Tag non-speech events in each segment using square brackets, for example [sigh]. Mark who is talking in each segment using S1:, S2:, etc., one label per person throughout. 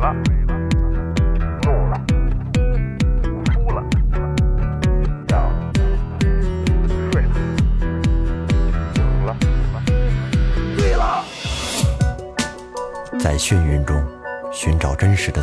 S1: 了，怒了，哭了，笑了，睡了，醒了，醉了。
S2: 在眩晕中寻找真实的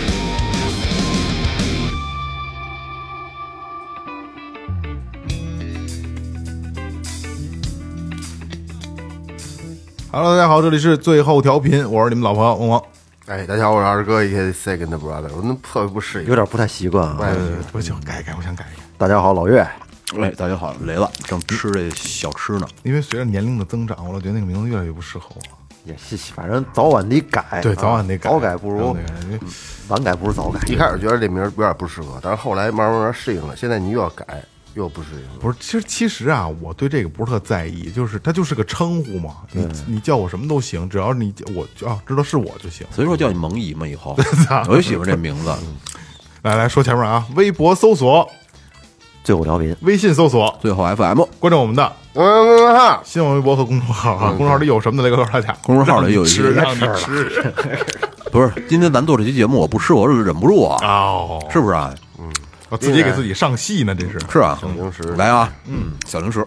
S3: Hello，大家好，这里是最后调频，我是你们老朋友王王。
S4: 哎，大家好，我是二哥，A.K. Second Brother，我那特别不适应，
S5: 有点不太习惯啊。
S4: 哎
S3: 我想呃改改，我想改改，
S5: 大家好，老岳，
S6: 哎，大家好，雷子正吃这小吃呢。
S3: 因为随着年龄的增长，我老觉得那个名字越来越不适合我。
S5: 也是反正早晚得改，
S3: 对，
S5: 啊
S3: 早晚得改，
S5: 早改不如
S3: 早晚得改因为
S5: 晚改不如早改。
S4: 一开始觉得这名儿有点不适合，但是后来慢慢慢慢适应了。现在你又要改，又不适应了。
S3: 不是，其实其实啊，我对这个不是特在意，就是它就是个称呼嘛，你你叫我什么都行，只要你我啊知道是我就行。
S6: 所以说叫你蒙姨嘛，以后我就喜欢这名字。
S3: 来来说前面啊，微博搜索，
S5: 最后调频，
S3: 微信搜索，
S6: 最后 FM
S3: 关注我们的
S4: 嗯嗯哈，
S3: 新浪微博和公众号啊，公众号里有什么的，来告诉大家。
S6: 公众号里有一
S3: 吃
S6: 个，
S3: 让你吃
S6: 不是今天咱做这期节目，我不吃我是忍不住啊，
S3: 哦，
S6: 是不是啊？
S3: 我自哦己给自己上戏呢，这是
S6: 是啊，
S4: 零食
S6: 来啊，嗯，小零食。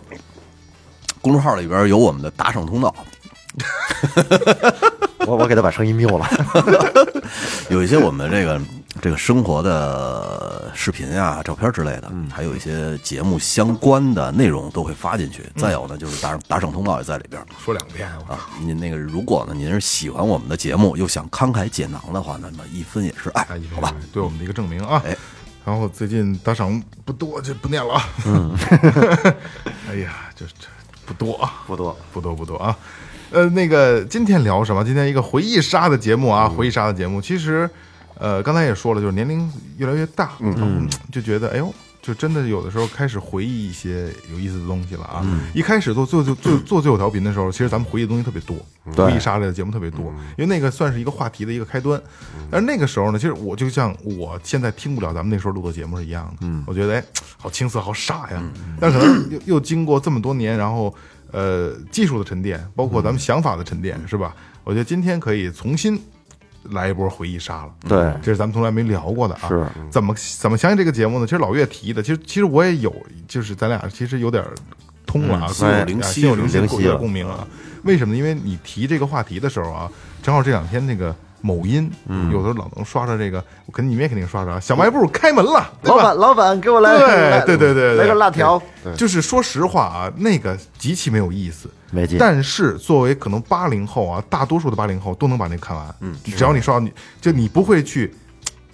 S6: 公众号里边有我们的打赏通道，
S5: [laughs] 我我给他把声音谬了。 [laughs]
S6: 有一些我们这个 [laughs] 这个生活的视频啊、照片之类的，还有一些节目相关的内容都会发进去。再有呢，就是打打赏通道也在里边。
S3: 说两遍，我
S6: 啊，您那个如果呢，您是喜欢我们的节目，又想慷慨解囊的话，那么一分也是爱
S3: 哎，
S6: 好吧？，
S3: 对我们的一个证明啊
S6: 哎。
S3: 然后最近打赏不多，就不念了啊。 [laughs] 哎呀，这这不多啊。
S5: 不多，
S3: 不多不多啊。呃，那个今天聊什么？今天一个回忆杀的节目啊，回忆杀的节目。其实，呃，刚才也说了，就是年龄越来越大，嗯，就觉得哎呦，就真的有的时候开始回忆一些有意思的东西了啊。一开始做做做做做最后调频的时候，其实咱们回忆的东西特别多，回忆杀类的节目特别多，因为那个算是一个话题的一个开端。但是那个时候呢，其实我就像我现在听不了咱们那时候录的节目是一样的，嗯，我觉得哎，好青涩，好傻呀。但是可能又又经过这么多年，然后。呃技术的沉淀，包括咱们想法的沉
S5: 嗯
S3: 淀，是吧？我觉得今天可以重新来一波回忆杀了。
S5: 对
S3: 这是咱们从来没聊过的啊。
S5: 是嗯
S3: 怎么怎么想起这个节目呢？其实老岳提的，其实其实我也有，就是咱俩其实有点通了啊，
S6: 心有灵
S3: 啊
S6: 犀
S3: 心有灵
S5: 是吧
S3: 有
S5: 嗯哎灵犀
S3: 点
S5: 了
S3: 共鸣啊。为什么呢？因为你提这个话题的时候啊，正好这两天那个。某音，
S5: 嗯
S3: 有的时候老能刷着这个，我跟你们也肯定刷着啊。小卖部开门了，对
S5: 老
S3: 吧？
S5: 板，老板，给我来来
S3: 对对对对对
S5: 来个辣条。
S3: 就是说实话啊，那个极其没有意思，
S5: 没劲
S3: 但是作为可能八零后啊，大多数的八零后都能把那个看完，嗯，只要你刷到你，就你不会去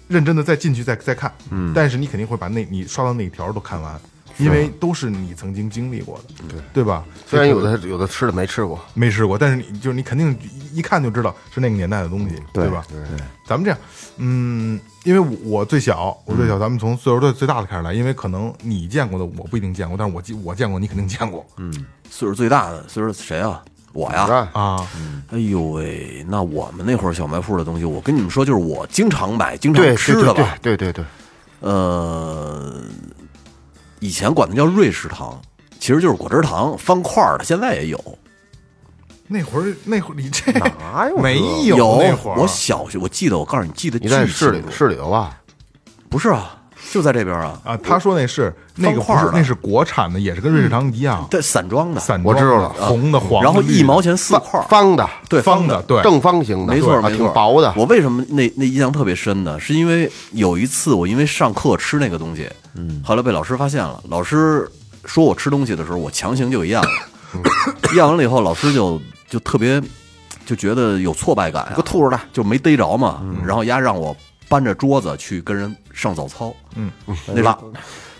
S3: 认真的再进去再再看，嗯，但是你肯定会把那你刷到那一条都看完，因为都是你曾经经历过的，对对吧？
S4: 虽然
S3: 这可
S4: 有的有的吃的没吃过，
S3: 没试过，但是你就是你肯定一一看就知道是那个年代的东西，
S5: 对
S3: 吧？对，咱们这样，嗯，因为我我最小，我最小，咱们从岁数最最大的开始来，因为可能你见过的我不一定见过，但是我记我见过，你肯定见过，嗯
S6: 岁数最大的岁数谁啊？我
S4: 是
S6: 呀！
S4: 吧？
S3: 啊，
S6: 哎呦喂，那我们那会儿小卖部的东西，我跟你们说，就是我经常买、经常
S4: 对，
S6: 吃
S4: 对
S6: 的吧。
S4: 对对对
S6: 呃，以前管它叫瑞士糖，其实就是果汁糖，方块儿的，现在也有。
S3: 那会儿那会儿你这 [laughs]
S5: 哪有这
S3: 没
S6: 有
S3: 那会儿，啊
S6: 我小学，我记得，我告诉你，记得
S4: 你在
S6: 巨
S4: 市里
S6: 清楚
S4: 市里头吧？
S6: 不是啊，就在这边啊，
S3: 啊，他说那是那个不
S6: 方块
S3: 是
S6: 儿，的嗯
S3: 那是国产的，也是跟瑞士糖一样，
S6: 在散装的，
S3: 散
S4: 我
S3: 装的
S4: 知道了
S3: 红的、黄的，
S6: 然后
S3: 绿的
S6: 一毛钱四块儿，
S4: 方的，
S6: 对，
S3: 方的，对，
S4: 正方形的，
S6: 没错，
S4: 啊，
S6: 没错
S4: 挺薄的。
S6: 我为什么那那印象特别深呢？是因为有一次我因为上课吃那个东西，嗯，后来被老师发现了。老师说我吃东西的时候，我强行就咽了，咽完了以后，老师就就特别就觉得有挫败感、啊，
S5: 给我吐出来，
S6: 就没逮着嘛。然后丫让我搬着桌子去跟人上早操，
S3: 嗯，
S6: 那是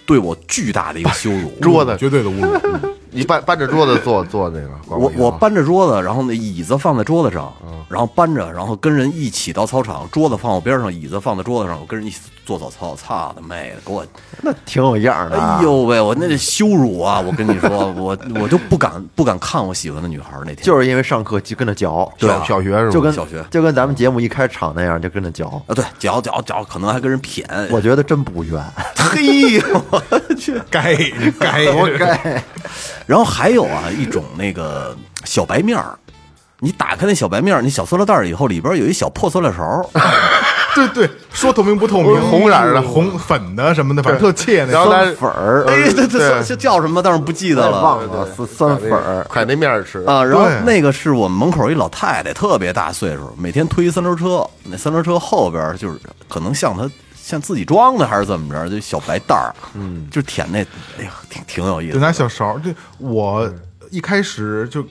S6: 对我巨大的一个羞辱。
S4: 桌子，
S3: 绝对的侮辱，
S4: 你搬搬着桌子坐坐那个，
S5: 啊
S6: 我我搬着桌子，然后那椅子放在桌子上，
S5: 嗯
S6: 然后搬着，然后跟人一起到操场，桌子放我边上，椅子放在桌子上，我跟人一起做早操。操他妹的，给我
S5: 那挺有样儿的啊。
S6: 哎呦喂，我那是羞辱啊！我跟你说，我我就不敢不敢看我喜欢的女孩儿那天，
S5: 就是因为上课就跟着嚼，
S6: 对啊
S3: 小小学是吧？
S5: 就跟
S6: 小学
S5: 就跟咱们节目一开场那样，就跟着嚼。
S6: 啊，对，脚脚脚可能还跟人谝，
S5: 我觉得真不 [laughs] 冤，
S6: [laughs] 嘿呦，
S3: 该该
S5: 活该。
S6: 然后还有啊一种那个小白面儿，你打开那小白面儿，你小塑料袋儿以后里边儿有一小破塑料勺儿，
S5: 啊
S3: 对对，说透明不透明，
S4: 红色儿的
S3: [laughs] 红粉的什么的，反正特切那
S4: 然后
S3: 个。
S4: 大
S5: 酸
S4: 家
S5: 粉儿，
S6: 哎，这这这叫什么？当然不记得
S5: 太
S6: 了。
S5: 忘了酸酸粉儿，
S4: 快那面儿吃，
S6: 啊，然后
S3: 对
S6: 那个是我们门口一老太太，特别大岁数，每天推三轮车，那三轮车后边儿就是可能像她像自己装的还是怎么着，就小白袋儿，嗯，就舔那，哎呀，挺挺有意思
S3: 就
S6: 的。
S3: 拿小勺儿。对，我一开始就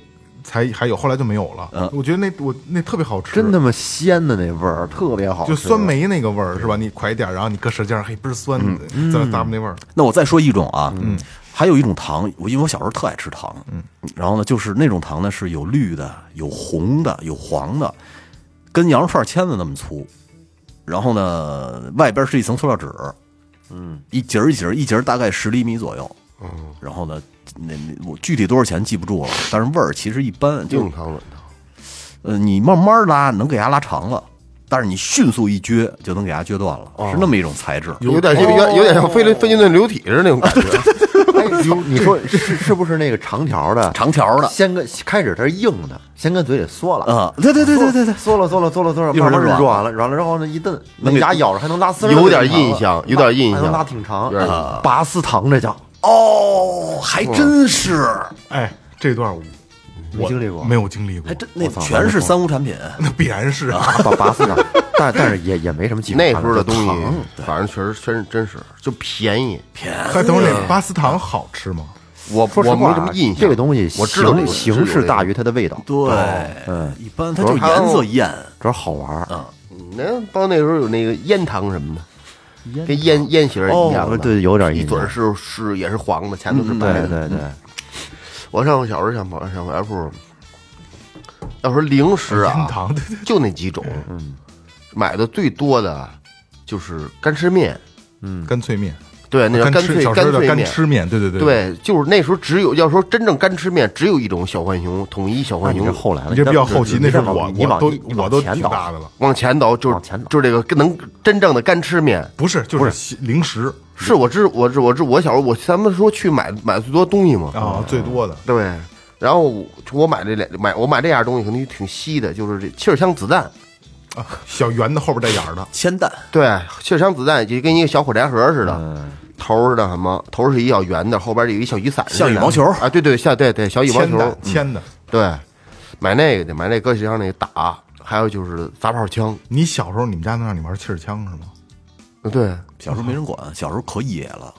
S3: 才还有，后来就没有了。我觉得那我那特别好吃，
S5: 真他妈鲜的那味儿，特别好吃，
S3: 就酸梅那个味儿是吧？你快一点，然后你搁舌尖上，嘿，倍儿酸，咂咂巴那味儿。
S6: 那我再说一种啊，嗯，还有一种糖，我因为我小时候特爱吃糖，嗯，然后呢，就是那种糖呢是有绿的、有红的、有黄的，跟羊肉串签子那么粗，然后呢，外边是一层塑料纸，嗯，一节儿一节儿，一节儿大概十厘米左右，嗯，然后呢，那那我具体多少钱记不住了，但是味儿其实一般，就
S4: 硬汤软汤，
S6: 呃，你慢慢拉能给它拉长了，但是你迅速一撅就能给它撅断了，是那么一种材质，
S4: 有点像有有点像飞轮飞机那流体似的那种感觉。
S5: 哎。你说是是不是那个长条的？
S6: 长条的，
S5: 先跟开始它是硬的，先跟嘴里嗦了
S6: 啊对对对对对对
S5: 嗦了嗦了嗦了嗦了，
S6: 一会儿
S5: 慢
S6: 就
S5: 慢
S6: 软
S5: 软了软了，然后呢一蹬，那牙咬着还能拉丝儿，
S4: 有点印象有点印象
S5: 还能拉挺长啊
S4: 有点印象，
S5: 拔丝糖这叫
S6: 哦，还真是，
S3: 哎，这段我
S5: 没经历过，
S3: 没有经历过
S6: 还，真那全是三无产品。
S3: 那必然是 [laughs] 啊。
S5: 拔拔丝糖，但但是也也没什么技术
S4: 那
S5: 含
S4: 时
S5: 量，
S4: 候的东
S5: 就糖
S4: 西，反正确实真真是就便宜，
S3: 还哎等会儿那巴斯糖好吃吗？
S4: 我
S5: 说实
S4: 我
S5: 话
S4: 没
S5: 啊
S4: 什么印象。
S5: 这个东西
S4: 我知道
S5: 形形式大于它的味道，
S6: 对，嗯，一般它就颜色艳，
S5: 主要好玩儿。
S4: 那包括那时候有那个烟糖什么的，跟烟烟型儿一样的，
S5: 哦对有点印
S4: 一
S5: 象嗯
S4: 嘴儿嗯是是也是黄的，前头是白
S5: 对对
S4: 的。
S5: 对，
S4: 我上小时候上跑上小卖部，要说零食
S3: 烟
S4: 啊，
S3: 糖，对对，
S4: 就那几种，
S5: 嗯
S4: 买的最多的就是干吃面，
S3: 干脆面，
S4: 对，那叫
S3: 干
S4: 干
S3: 吃
S4: 脆
S3: 小时
S4: 干
S3: 候叫
S4: 脆
S3: 干
S4: 面。
S3: 吃面，对对对。
S4: 对，就是那时候只有要说真正干吃面，只有一种小浣熊，统一小
S5: 那
S4: 浣
S5: 你是
S4: 熊。
S5: 后来了，
S3: 你这比较好奇，
S5: 你
S3: 那
S5: 再
S3: 是
S5: 往
S3: 我
S5: 你
S3: 我
S5: 往
S3: 都
S5: 你
S3: 我
S5: 往
S3: 都
S5: 前
S3: 挺
S5: 倒
S3: 大的了，
S4: 往前倒就是
S5: 往前倒
S4: 就是这个能真正的干吃面，
S3: 不是就是西零食
S4: 是我知我知我知我小时候我咱们说去买买最多东西嘛，
S3: 啊，最多的
S4: 对。然后我我买这两买我买这样东西可能挺稀的，就是这气儿枪子弹，
S3: 啊，小圆的后边带眼儿的，
S6: 铅弹，
S4: 对，气儿枪子弹就跟一个小火柴盒似的，头儿是那什么，头儿是一小圆的，后边有一小雨伞似的，
S6: 像羽毛球
S4: 啊，对对，像对对小羽毛
S3: 铅
S4: 球，嗯
S3: 的铅的。
S4: 对，买那个去，买那搁学校那个打，还有就是砸炮枪，
S3: 你小时候你们家能让你玩气儿枪是吗？
S4: 对，
S6: 小时候没人管，小时候可野了。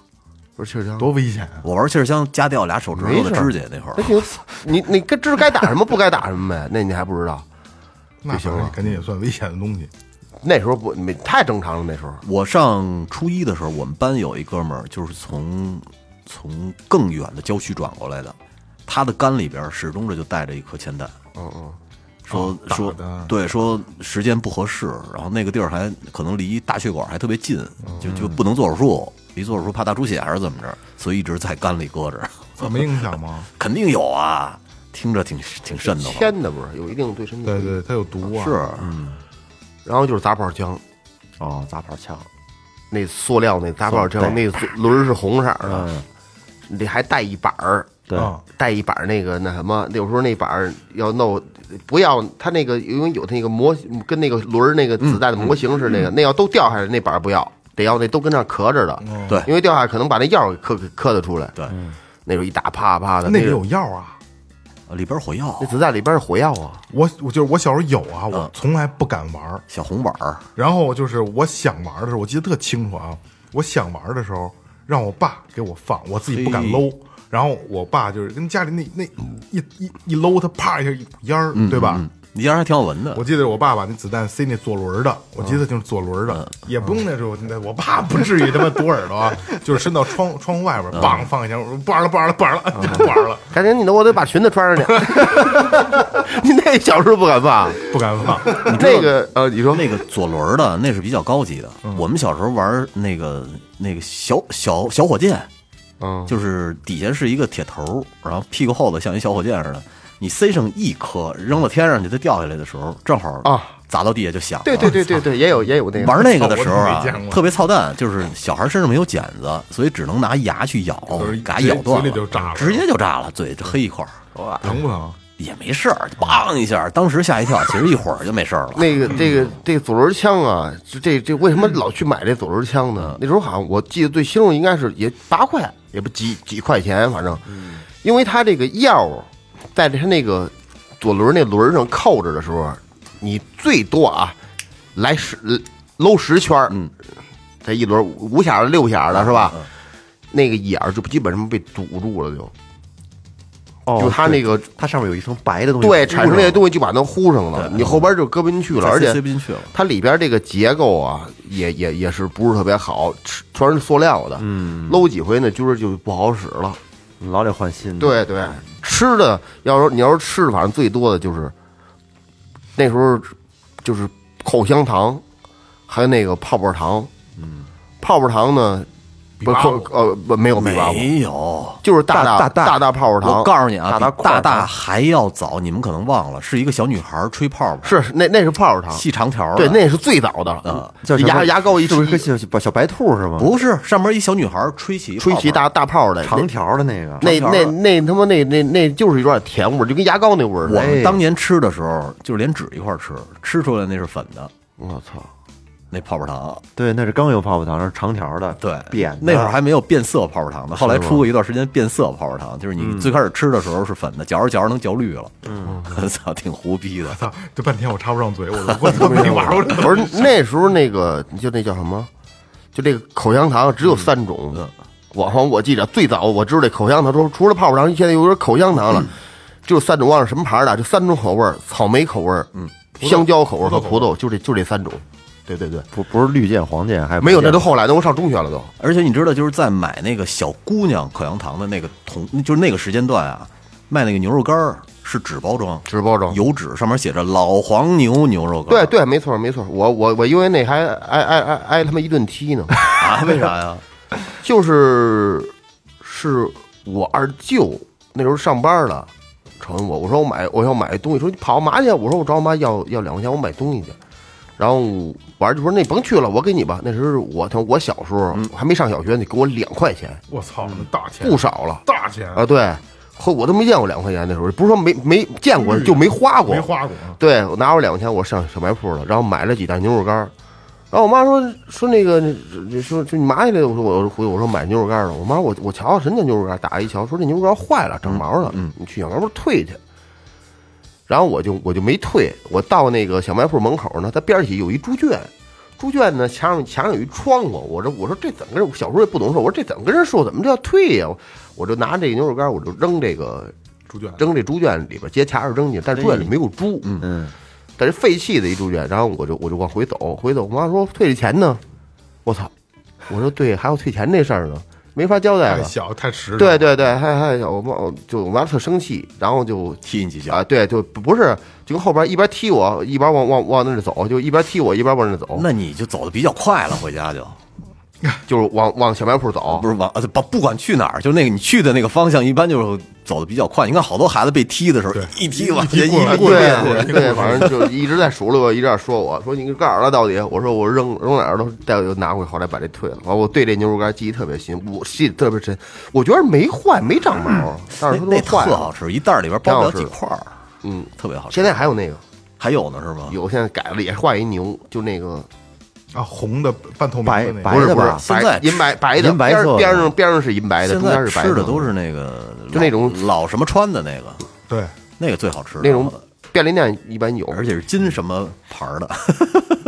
S4: 不是气儿枪，
S3: 多危险啊！
S6: 我玩气儿枪夹掉俩手指头
S4: 没
S6: 的
S4: 事儿
S6: 指甲那会儿
S4: 那，挺，你你该知道该打什么，不该打什么呗，那你还不知道。
S3: 那行了，肯定也算危险的东西。
S4: 那时候不没太正常了，那时候
S6: 我上初一的时候，我们班有一哥们儿，就是从从更远的郊区转过来的，他的肝里边始终着就带着一颗铅弹。嗯嗯。说
S3: 打
S6: 说
S3: 的
S6: 对，说时间不合适，然后那个地儿还可能离大血管还特别近，就就不能做手术，一做手术怕大出血还是怎么着，所以一直在肝里搁着， [laughs]
S3: 操没影响吗？
S6: 肯定有啊，听着挺挺瘆得慌。
S4: 铅的不是有一定对身体，
S3: 对。对，它有毒啊！
S6: 是，嗯
S4: 然后就是砸炮枪，
S5: 哦，砸炮枪，
S4: 那塑料那砸炮枪，那轮儿是红色儿的，你还带一板儿，
S5: 对，
S3: 啊，
S4: 带一板儿那个那什么，有时候那板儿要弄，不要它那个因为有它那个模跟那个轮儿那个子弹的模型似的，那个那要都掉下来，那板儿不要，得要那都跟那儿壳着的，
S3: 哦
S6: 对
S4: 因为掉下来可能把那药给磕磕的出来。
S6: 对，
S4: 那时候一打啪啪的，
S3: 那
S4: 个
S3: 里有药啊！
S6: 里边火药
S4: 那、子弹里边是火药啊，
S3: 我我就是我小时候有啊，我从来不敢玩儿。
S6: 小红板儿，
S3: 然后就是我想玩的时候，我记得特清楚啊，我想玩的时候让我爸给我放，我自己不敢
S6: 嘿
S3: 搂。然后我爸就是跟家里那那一一一搂，他啪一下一股烟儿，对吧？
S6: 你家还挺好闻的
S3: 我。记得我爸把那子弹塞那左轮儿的，我记得就是左轮儿的，也不用那时候，那我爸不至于他妈堵耳朵啊，就是伸到窗窗户外边儿，梆放一枪，我说不玩了，不玩了，不玩了，不玩了，
S4: 赶紧你的，我得把裙子穿上去。你那小时候不敢放，
S3: 不敢放。
S4: 那个呃，你说
S6: 那个左轮儿的那是比较高级的，
S3: 嗯
S6: 我们小时候玩儿那个那个小小小火箭，
S4: 嗯
S6: 就是底下是一个铁头儿，然后屁股后头像一小火箭似的，你塞上一颗扔到天上去，它掉下来的时候正好
S4: 啊
S6: 砸到地下就响了。
S4: 对对对对对，也有也有那个
S6: 玩那个的时候
S3: 我
S6: 啊
S3: 都没见，过
S6: 特别操蛋，就是小孩身上没有剪子，所以只能拿牙去咬
S3: 就是，
S6: 给它
S3: 直接
S6: 咬断了，
S3: 嘴里就炸了
S6: 直接就炸了，嘴这黑一块儿，
S3: 疼不疼？
S6: 也没事儿，梆一下，当时吓一跳，其实一会儿就没事儿了。
S4: 那个这个这个左轮枪啊，就这这为什么老去买这左轮枪呢？那时候好像我记得最清楚应该是也八块，也不几几块钱，反正，因为它这个药在它那个左轮那轮上扣着的时候，啊你最多啊来十搂十圈儿，这一轮五五下的六下的是吧？那个眼儿就基本上被堵住了，就
S5: 哦
S4: 就它那个
S5: 它上面有一层白的东西，
S4: 对产生这些东西就把它糊上了，你后边就搁不进去了，而且
S6: 塞不进去了。
S4: 它里边这个结构啊，也也也是不是特别好，吃全是塑料的，嗯，搂几回呢，就是就不好使了。
S5: 西，老得换新的。，
S6: 嗯
S4: 对对，吃的要说你要是吃的，反正最多的就是那时候就是口香糖，还有那个泡泡糖，嗯，泡泡糖呢，不
S3: 巴
S4: 口
S3: 布
S4: 呃不没有比巴布，
S6: 没有，
S4: 就是大
S5: 大
S4: 大
S5: 大
S4: 大大泡泡糖。
S6: 我告诉你啊，
S4: 大大
S6: 比大
S4: 块儿
S6: 大
S4: 糖
S6: 还要早，你们可能忘了，是一个小女孩儿吹泡泡，
S4: 是那那是泡泡糖，
S6: 细长条儿的嗯
S4: 对，那是最早的了，
S5: 叫什么
S4: 牙牙膏一
S5: 是不是
S4: 吹
S5: 跟小小小白兔是吗？，
S6: 不是上面一小女孩儿吹起
S4: 吹起
S6: 泡泡。
S4: 大大泡的
S5: 长条的那个。啊
S4: 那
S6: 长条
S4: 那
S6: 的
S4: 那他妈那那那就是有点甜味儿，就跟牙膏那味儿似
S6: 我
S4: 的。
S6: 们当年吃的时候，就是连纸一块儿吃，吃出来那是粉的
S4: 我操！
S6: 那泡泡糖。
S5: 对，那是刚有泡泡糖，是长条的，
S6: 对，
S5: 扁的。
S6: 那会儿还没有变色泡泡糖呢，后来出过一段时间变色泡泡糖，就是
S4: 嗯
S6: 你最开始吃的时候是粉的，嚼着嚼着能嚼绿了。 [laughs] 嗯，操，挺胡逼的。
S3: 操！这半天我插不上嘴，我说我怎么没玩过这？
S4: 不是那时候那个就那叫什么，就这个口香糖只有三种。我好像我记着最早我知道这口香糖，除除了泡泡糖，现在有点口香糖了，就三种，忘了什么牌儿的，就三种口味儿：草莓口味儿、嗯，香蕉口味儿和葡萄，就这就这三种。对对对，
S5: 不不是绿箭、黄箭，还有
S4: 没有
S5: 白
S4: 那
S5: 箭
S4: 都后来的，我上中学了都。
S6: 而且你知道，就是在买那个小姑娘口香糖的那个同，就是那个时间段啊，卖那个牛肉干儿是纸包装，
S4: 纸包装
S6: 油纸上面写着老黄牛牛肉干
S4: 对
S6: 儿。
S4: 对，没错没错，我我我因为那还挨挨挨挨他妈一顿踢呢。
S6: 啊，为啥呀？
S4: 就是是我二舅那时候上班了，瞅见我，我说我买我要买东西，说你跑干嘛去？我说我找我妈要要两块钱，我买东西去。然后我儿就说那甭去了，我给你吧。那时候我他妈我小时候我还没上小学呢，给我两块钱，
S3: 我操，那大钱
S4: 不少了
S3: 大钱
S4: 啊！对，后我都没见过两块钱，那时候不是说没没见过就没花过，
S3: 没花过啊，
S4: 对我拿我两块钱，我上小卖铺了，然后买了几袋牛肉干儿。然后我妈说说那个，你说说你嘛去了？我说我我我说买牛肉干儿了。我妈说我我瞧瞧什么叫牛肉干儿，打一瞧说这牛肉干儿坏了，长毛了，你去小卖部退去。然后我就我就没退，我到那个小卖铺门口呢，它边儿起有一猪圈，猪圈呢墙上墙上有一窗户，我这我说这怎么跟人？我小时候也不懂事，我说这怎么跟人说？怎么叫退呀、我我就拿这个牛肉干儿，我就扔这个
S3: 猪圈
S4: 扔这猪圈里边接茬儿扔进去，但猪圈里没有猪，哎嗯，但是废弃的一猪圈，然后我就我就往回走，回走，我妈说退这钱呢，我操，我说对，还有退钱这事儿呢，没法交代
S3: 太
S4: 了，
S3: 小太实诚，
S4: 对对对，还还我妈我就我妈特生气，然后就
S6: 踢你几脚
S4: 啊，对，就不不是就跟后边一边踢我一边往往往那儿走，就一边踢我一边往那儿走，
S6: 那你就走的比较快了，回家就
S4: 就是往往小卖铺走，
S6: 不是往呃不不管去哪儿，就那个你去的那个方向，一般就是走的比较快。你看好多孩子被踢的时候，一踢完
S3: 一
S6: 人
S3: 踢
S4: [laughs]
S3: 过来
S6: 一
S3: 过来过来
S4: 对对，反正就一直在数落我，一直在说我说你干啥了到底？我说我扔扔哪儿了，带我就拿回，后来把这退了。完，我对这牛肉干记忆特别深，我记得特别深，我觉得没坏，没长
S6: [clears throat]
S4: 毛，但
S6: 那
S4: 是它
S6: 那
S4: 都坏
S6: 特
S4: 了
S6: 好。吃，一袋儿里边包不了几
S4: 挺好
S6: 块儿，
S4: 嗯，
S6: 特别好吃。
S4: 现在还有那个，
S6: 还有呢是吗？
S4: 有现在改了，也是画一牛，就那个
S3: 啊，红的半透明的那
S5: 白
S3: 个，
S5: 白
S4: 不是
S5: 的
S4: 不是
S5: 吧
S6: 现在
S4: 白银白白的，
S5: 银白
S4: 边
S5: 色
S4: 儿
S5: 的
S4: 边上边上是银白的，
S6: 现
S4: 中间
S6: 在
S4: 是白
S6: 吃的都
S4: 是
S6: 是那个
S4: 就那种
S6: 老老什么川的那个，
S3: 对，
S6: 那个最好吃的
S4: 那种便利店一般有，
S6: 而且是金什么牌儿的， [laughs]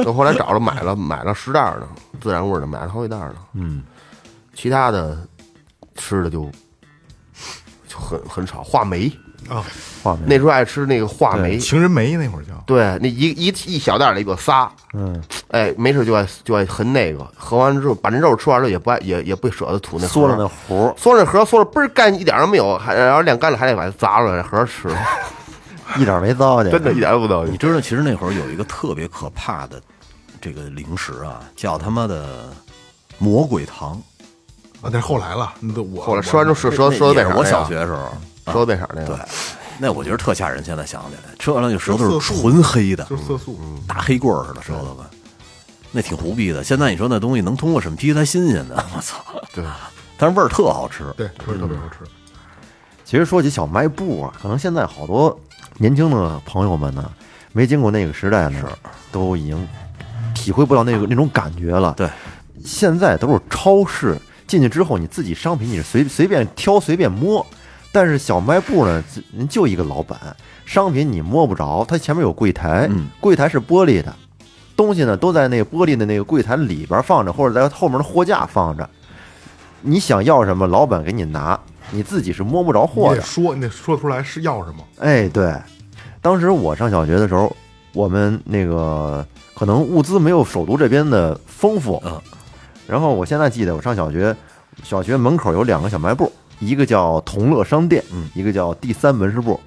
S4: 我后来找了买了买了十袋儿的自然味儿的，买了好几袋儿的。嗯，其他的吃的就就很很少。话梅
S5: 画面
S4: 那时候爱吃那个话梅，
S3: 情人梅那会儿叫
S4: 对，那一一一小袋儿里有仨，
S5: 嗯，
S4: 哎，没事就爱就爱啃那个，喝完之后把那肉吃完了也不爱也也不舍得吐那盒
S5: 缩了那核儿，
S4: 缩了盒，缩了倍儿干，一点儿都没有，还然后晾干了还得把它砸了那盒吃，
S5: 一点没糟践，
S4: [laughs] 真的一点儿都不糟
S6: 你
S4: 践。
S6: 知道，其实那会儿有一个特别可怕的这个零食啊，叫他妈的魔鬼糖。
S3: 啊，但是后来了，那都我
S4: 后来吃完之后舌舌
S6: 那
S4: 舌头
S6: 也
S4: 变色儿那
S6: 是
S4: 个，
S6: 我小学的时候，
S4: 舌头变色儿那
S6: 对
S4: 个，，
S6: 那我觉得特吓人。现在想起来，吃完了就舌头
S3: 就是色素
S6: 纯黑的，
S3: 就是色素，
S6: 大黑棍儿似的舌头吧，那挺胡逼的。现在你说那东西能通过审批，它新鲜的，我操！
S4: 对，
S6: 但是味儿特好吃。
S3: 对，味儿特别好吃。
S5: 其实说起小卖部啊，可能现在好多年轻的朋友们呢，没经过那个时代呢，都已经体会不到
S6: [laughs]
S5: 那个那种感觉了。
S6: 对，
S5: 现在都是超市，进去之后你自己商品你是随随便挑随便摸，但是小卖部呢，自人就一个老板，商品你摸不着，它前面有柜台，
S6: 嗯
S5: 柜台是玻璃的，东西呢都在那个玻璃的那个柜台里边放着，或者在后面的货架放着。你想要什么，老板给你拿，你自己是摸不着货的
S3: 你得。说，你得说出来是要什么。
S5: 哎，对，当时我上小学的时候，我们那个可能物资没有首都这边的丰富。
S6: 嗯。
S5: 然后我现在记得，我上小学，小学门口有两个小卖部，一个叫同乐商店，
S6: 嗯
S5: 一个叫第三门市部。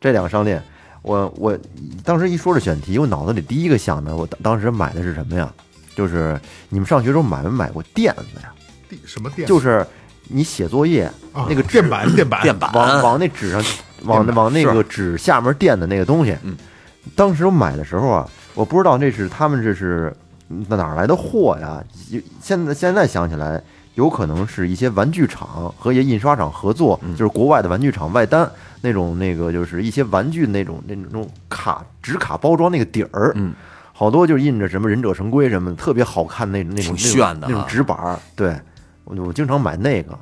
S5: 这两个商店，我我当时一说这选题，我脑子里第一个想的，我当当时买的是什么呀？就是你们上学时候买没买过垫子呀？
S3: 地什么店？
S5: 就是你写作业
S3: 啊，
S5: 那个纸
S3: 电板，电板，
S6: 电板
S5: 往往那纸上，往那往那个纸下面垫的那个东西。
S6: 嗯
S5: 当时我买的时候啊，我不知道那是他们这是那哪儿来的货呀？有现在现在想起来，有可能是一些玩具厂和一些印刷厂合作，
S6: 嗯
S5: 就是国外的玩具厂外单那种那个就是一些玩具那种那种那种卡纸卡包装那个底儿，
S6: 嗯
S5: 好多就印着什么忍者神龟什么的，特别好看那那种
S6: 挺炫的
S5: 那种
S6: 啊
S5: 那种纸板儿。对，我我经常买那个，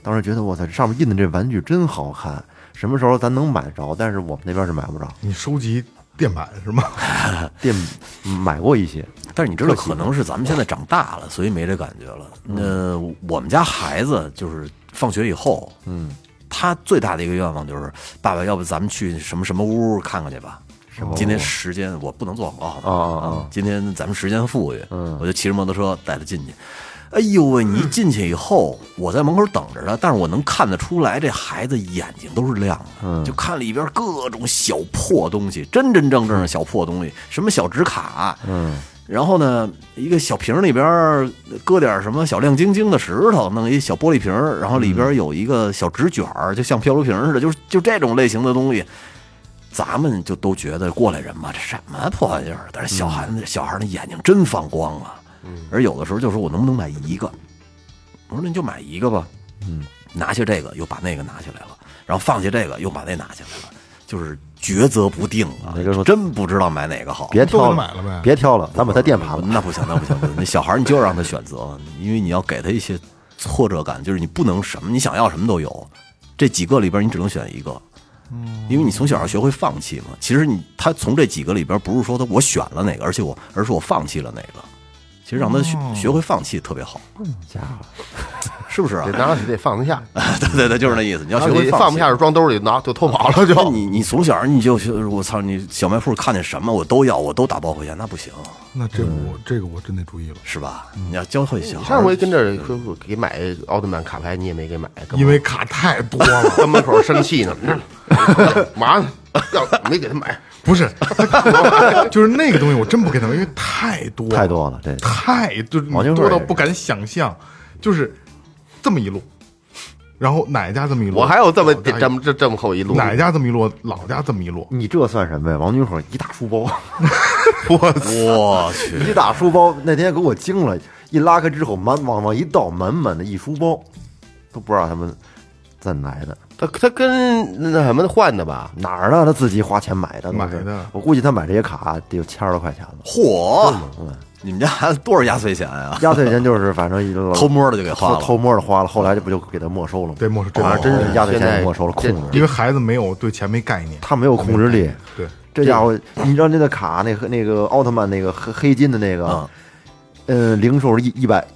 S5: 当时觉得我操，这上面印的这玩具真好看，什么时候咱能买着？但是我们那边是买不着，
S3: 你收集电板是吗？
S5: 店买过一些，
S6: 但是你知道，
S5: 特喜
S6: 可
S5: 欢
S6: 能是咱们现在长大了，所以没这感觉了。呃，我们家孩子就是放学以后，嗯，他最大的一个愿望就是，爸爸，要不咱们去什么什么屋看看去吧？今天时间我不能做广告嗯
S5: 哦哦哦
S6: 今天咱们时间富裕，
S5: 嗯
S6: 我就骑着摩托车带他进去。哎呦喂！你一进去以后，我在门口等着他，但是我能看得出来，这孩子眼睛都是亮的，就看里边各种小破东西，真真正正的小破东西，什么小纸卡，嗯，然后呢，一个小瓶里边儿搁点什么小亮晶晶的石头，弄一小玻璃瓶儿，然后里边有一个小纸卷儿，就像漂流瓶似的，就是就这种类型的东西。咱们就都觉得过来人嘛，这什么破玩意儿？但是小孩子、小孩儿的眼睛真放光啊。而有的时候就说我能不能买一个？我说那你就买一个吧。嗯，拿下这个又把那个拿下来了，然后放下这个又把那拿下来了，就是抉择不定啊
S5: 那就，说
S6: 真不知道买哪个好。
S5: 别挑
S3: 都给买了呗
S5: 别挑了，咱把它垫盘了。
S6: 那不行，那不行，不行那小孩儿你就让他选择，因为你要给他一些挫折感，就是你不能什么你想要什么都有，这几个里边你只能选一个，因为你从小要学会放弃嘛。其实你他从这几个里边不是说他我选了哪个，而且我而是我放弃了哪个，其实让他学学会放弃特别好，
S5: 家伙，
S6: 是不是啊 [laughs]
S4: 得？拿到手得放得下，
S6: 对对对，就是那意思，你要
S4: 然后
S6: 学会
S4: 你啊放不
S6: 弃
S4: 下就装兜里拿就偷跑 [laughs] 了就
S6: 那。你你从小你就学我操，你小卖部看见什么我都要，我都打包回家，那不行，
S3: 那这
S5: 嗯
S3: 我这个我真得注意了，
S6: 是吧？你要教会小孩
S4: 上
S6: 儿
S4: 回跟这儿说说给买奥特曼卡牌，你也没给买，干嘛
S3: 因为卡太多了。
S4: 跟门口
S3: [laughs]
S4: 生气呢，嘛呢？ [laughs] 要没给他买，
S3: 不是，就是那个东西我真不给他们，因为太多
S5: 太多了，这
S3: 太就是你
S5: 王金慧
S3: 多到
S5: 也是
S3: 不敢想象，就是这么一路，然后哪家这么一路，
S4: [laughs] 我还有这么
S3: 老
S4: 这
S3: 家
S4: 这么这这么厚一路，
S3: 哪家这么一摞，老家这么一摞，
S5: 你这算什么呀？王军火一大书 [laughs] 包，
S6: 我去。
S5: [laughs] 一大书包，那天给我惊了，一拉开之后满往往一倒，满满的一书包，都不知道他们怎么来的。
S4: 他他跟那什么换的吧？
S5: 哪儿呢？他自己花钱买的，都是
S3: 买的
S5: 我估计他买这些卡得有千多块钱了，
S6: 嚯！你们家孩子多少压岁钱啊？
S5: 压岁钱就是反正一直
S6: 偷摸的就给花了
S5: 偷偷摸的花了，后来这不就给他没收了吗？
S3: 对没收真
S5: 啊
S3: 没收
S5: 真是压岁
S4: 现在
S5: 钱没收了，控
S4: 这
S5: 制
S3: 因为孩子没有对钱没概念，
S5: 他没有控制力。
S3: 对，
S5: 这家伙，你知道那个呃卡，那个那个奥特曼那个黑黑金的那个，嗯，零售是一一百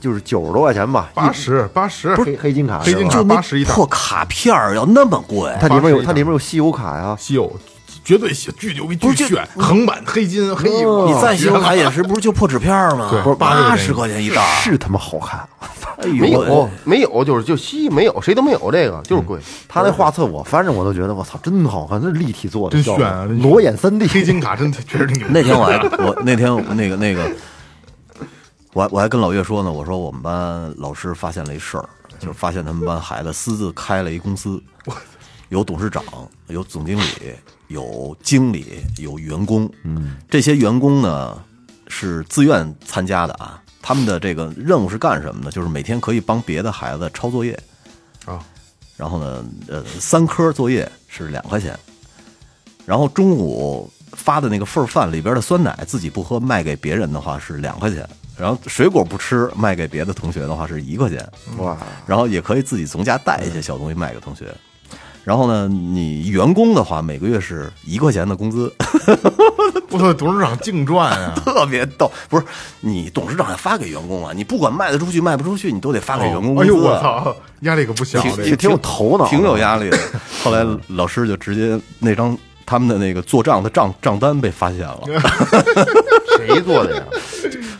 S5: 就是九十多块钱吧，
S3: 八十八十，
S5: 黑黑金卡
S3: 黑金
S5: 是吧
S3: 卡
S6: 就那
S3: 81档
S6: 破卡片儿要那么贵，
S5: 它里面有
S3: 81
S5: 它里面有稀有卡呀，
S3: 稀有，绝对稀，巨牛逼，巨炫，横版黑
S5: 哦
S3: 金黑，
S6: 你再信用卡也是不是就破纸片儿吗？
S3: 对
S6: 八十块钱一
S3: 啊
S6: 袋儿，
S5: 是他妈好看。啊
S6: 哎呦
S4: 没有嗯
S6: 喂，
S4: 没有，就是就西没有，谁都没有这个，就是贵。
S5: 他那画册我翻着我都觉得我操，真好看，这立体做的，
S3: 真炫啊
S5: 效果
S3: 真炫
S5: 裸眼三 D，
S3: 黑金卡真的确实挺牛逼。
S6: 那天我还我那天我那个那个，我还我还跟老岳说呢，我说我们班老师发现了一事儿，就是发现他们班孩子私自开了一公司，有董事长，有总经理，有经理，有员工，嗯，这些员工呢是自愿参加的啊，他们的这个任务是干什么呢？就是每天可以帮别的孩子抄作业，
S3: 啊，
S6: 然后呢，呃，三科作业是两块钱，然后中午发的那个份儿饭里边的酸奶自己不喝卖给别人的话是两块钱，然后水果不吃卖给别的同学的话是一块钱，
S5: 哇，
S6: 然后也可以自己从家带一些小东西卖给同学。然后呢，你员工的话每个月是一块钱的工资，
S3: 我操，董事长净赚啊！
S6: [laughs] 特别逗。不是你董事长也发给员工啊，你不管卖得出去卖不出去，你都得发给员工工
S3: 哎
S6: 资、啊
S3: 呦我！操，压力可不小。这
S5: 也挺有头脑的，
S6: 挺有压力的。后来老师就直接那张他们的那个做账的账账单被发现了。
S4: [laughs] 谁做的呀？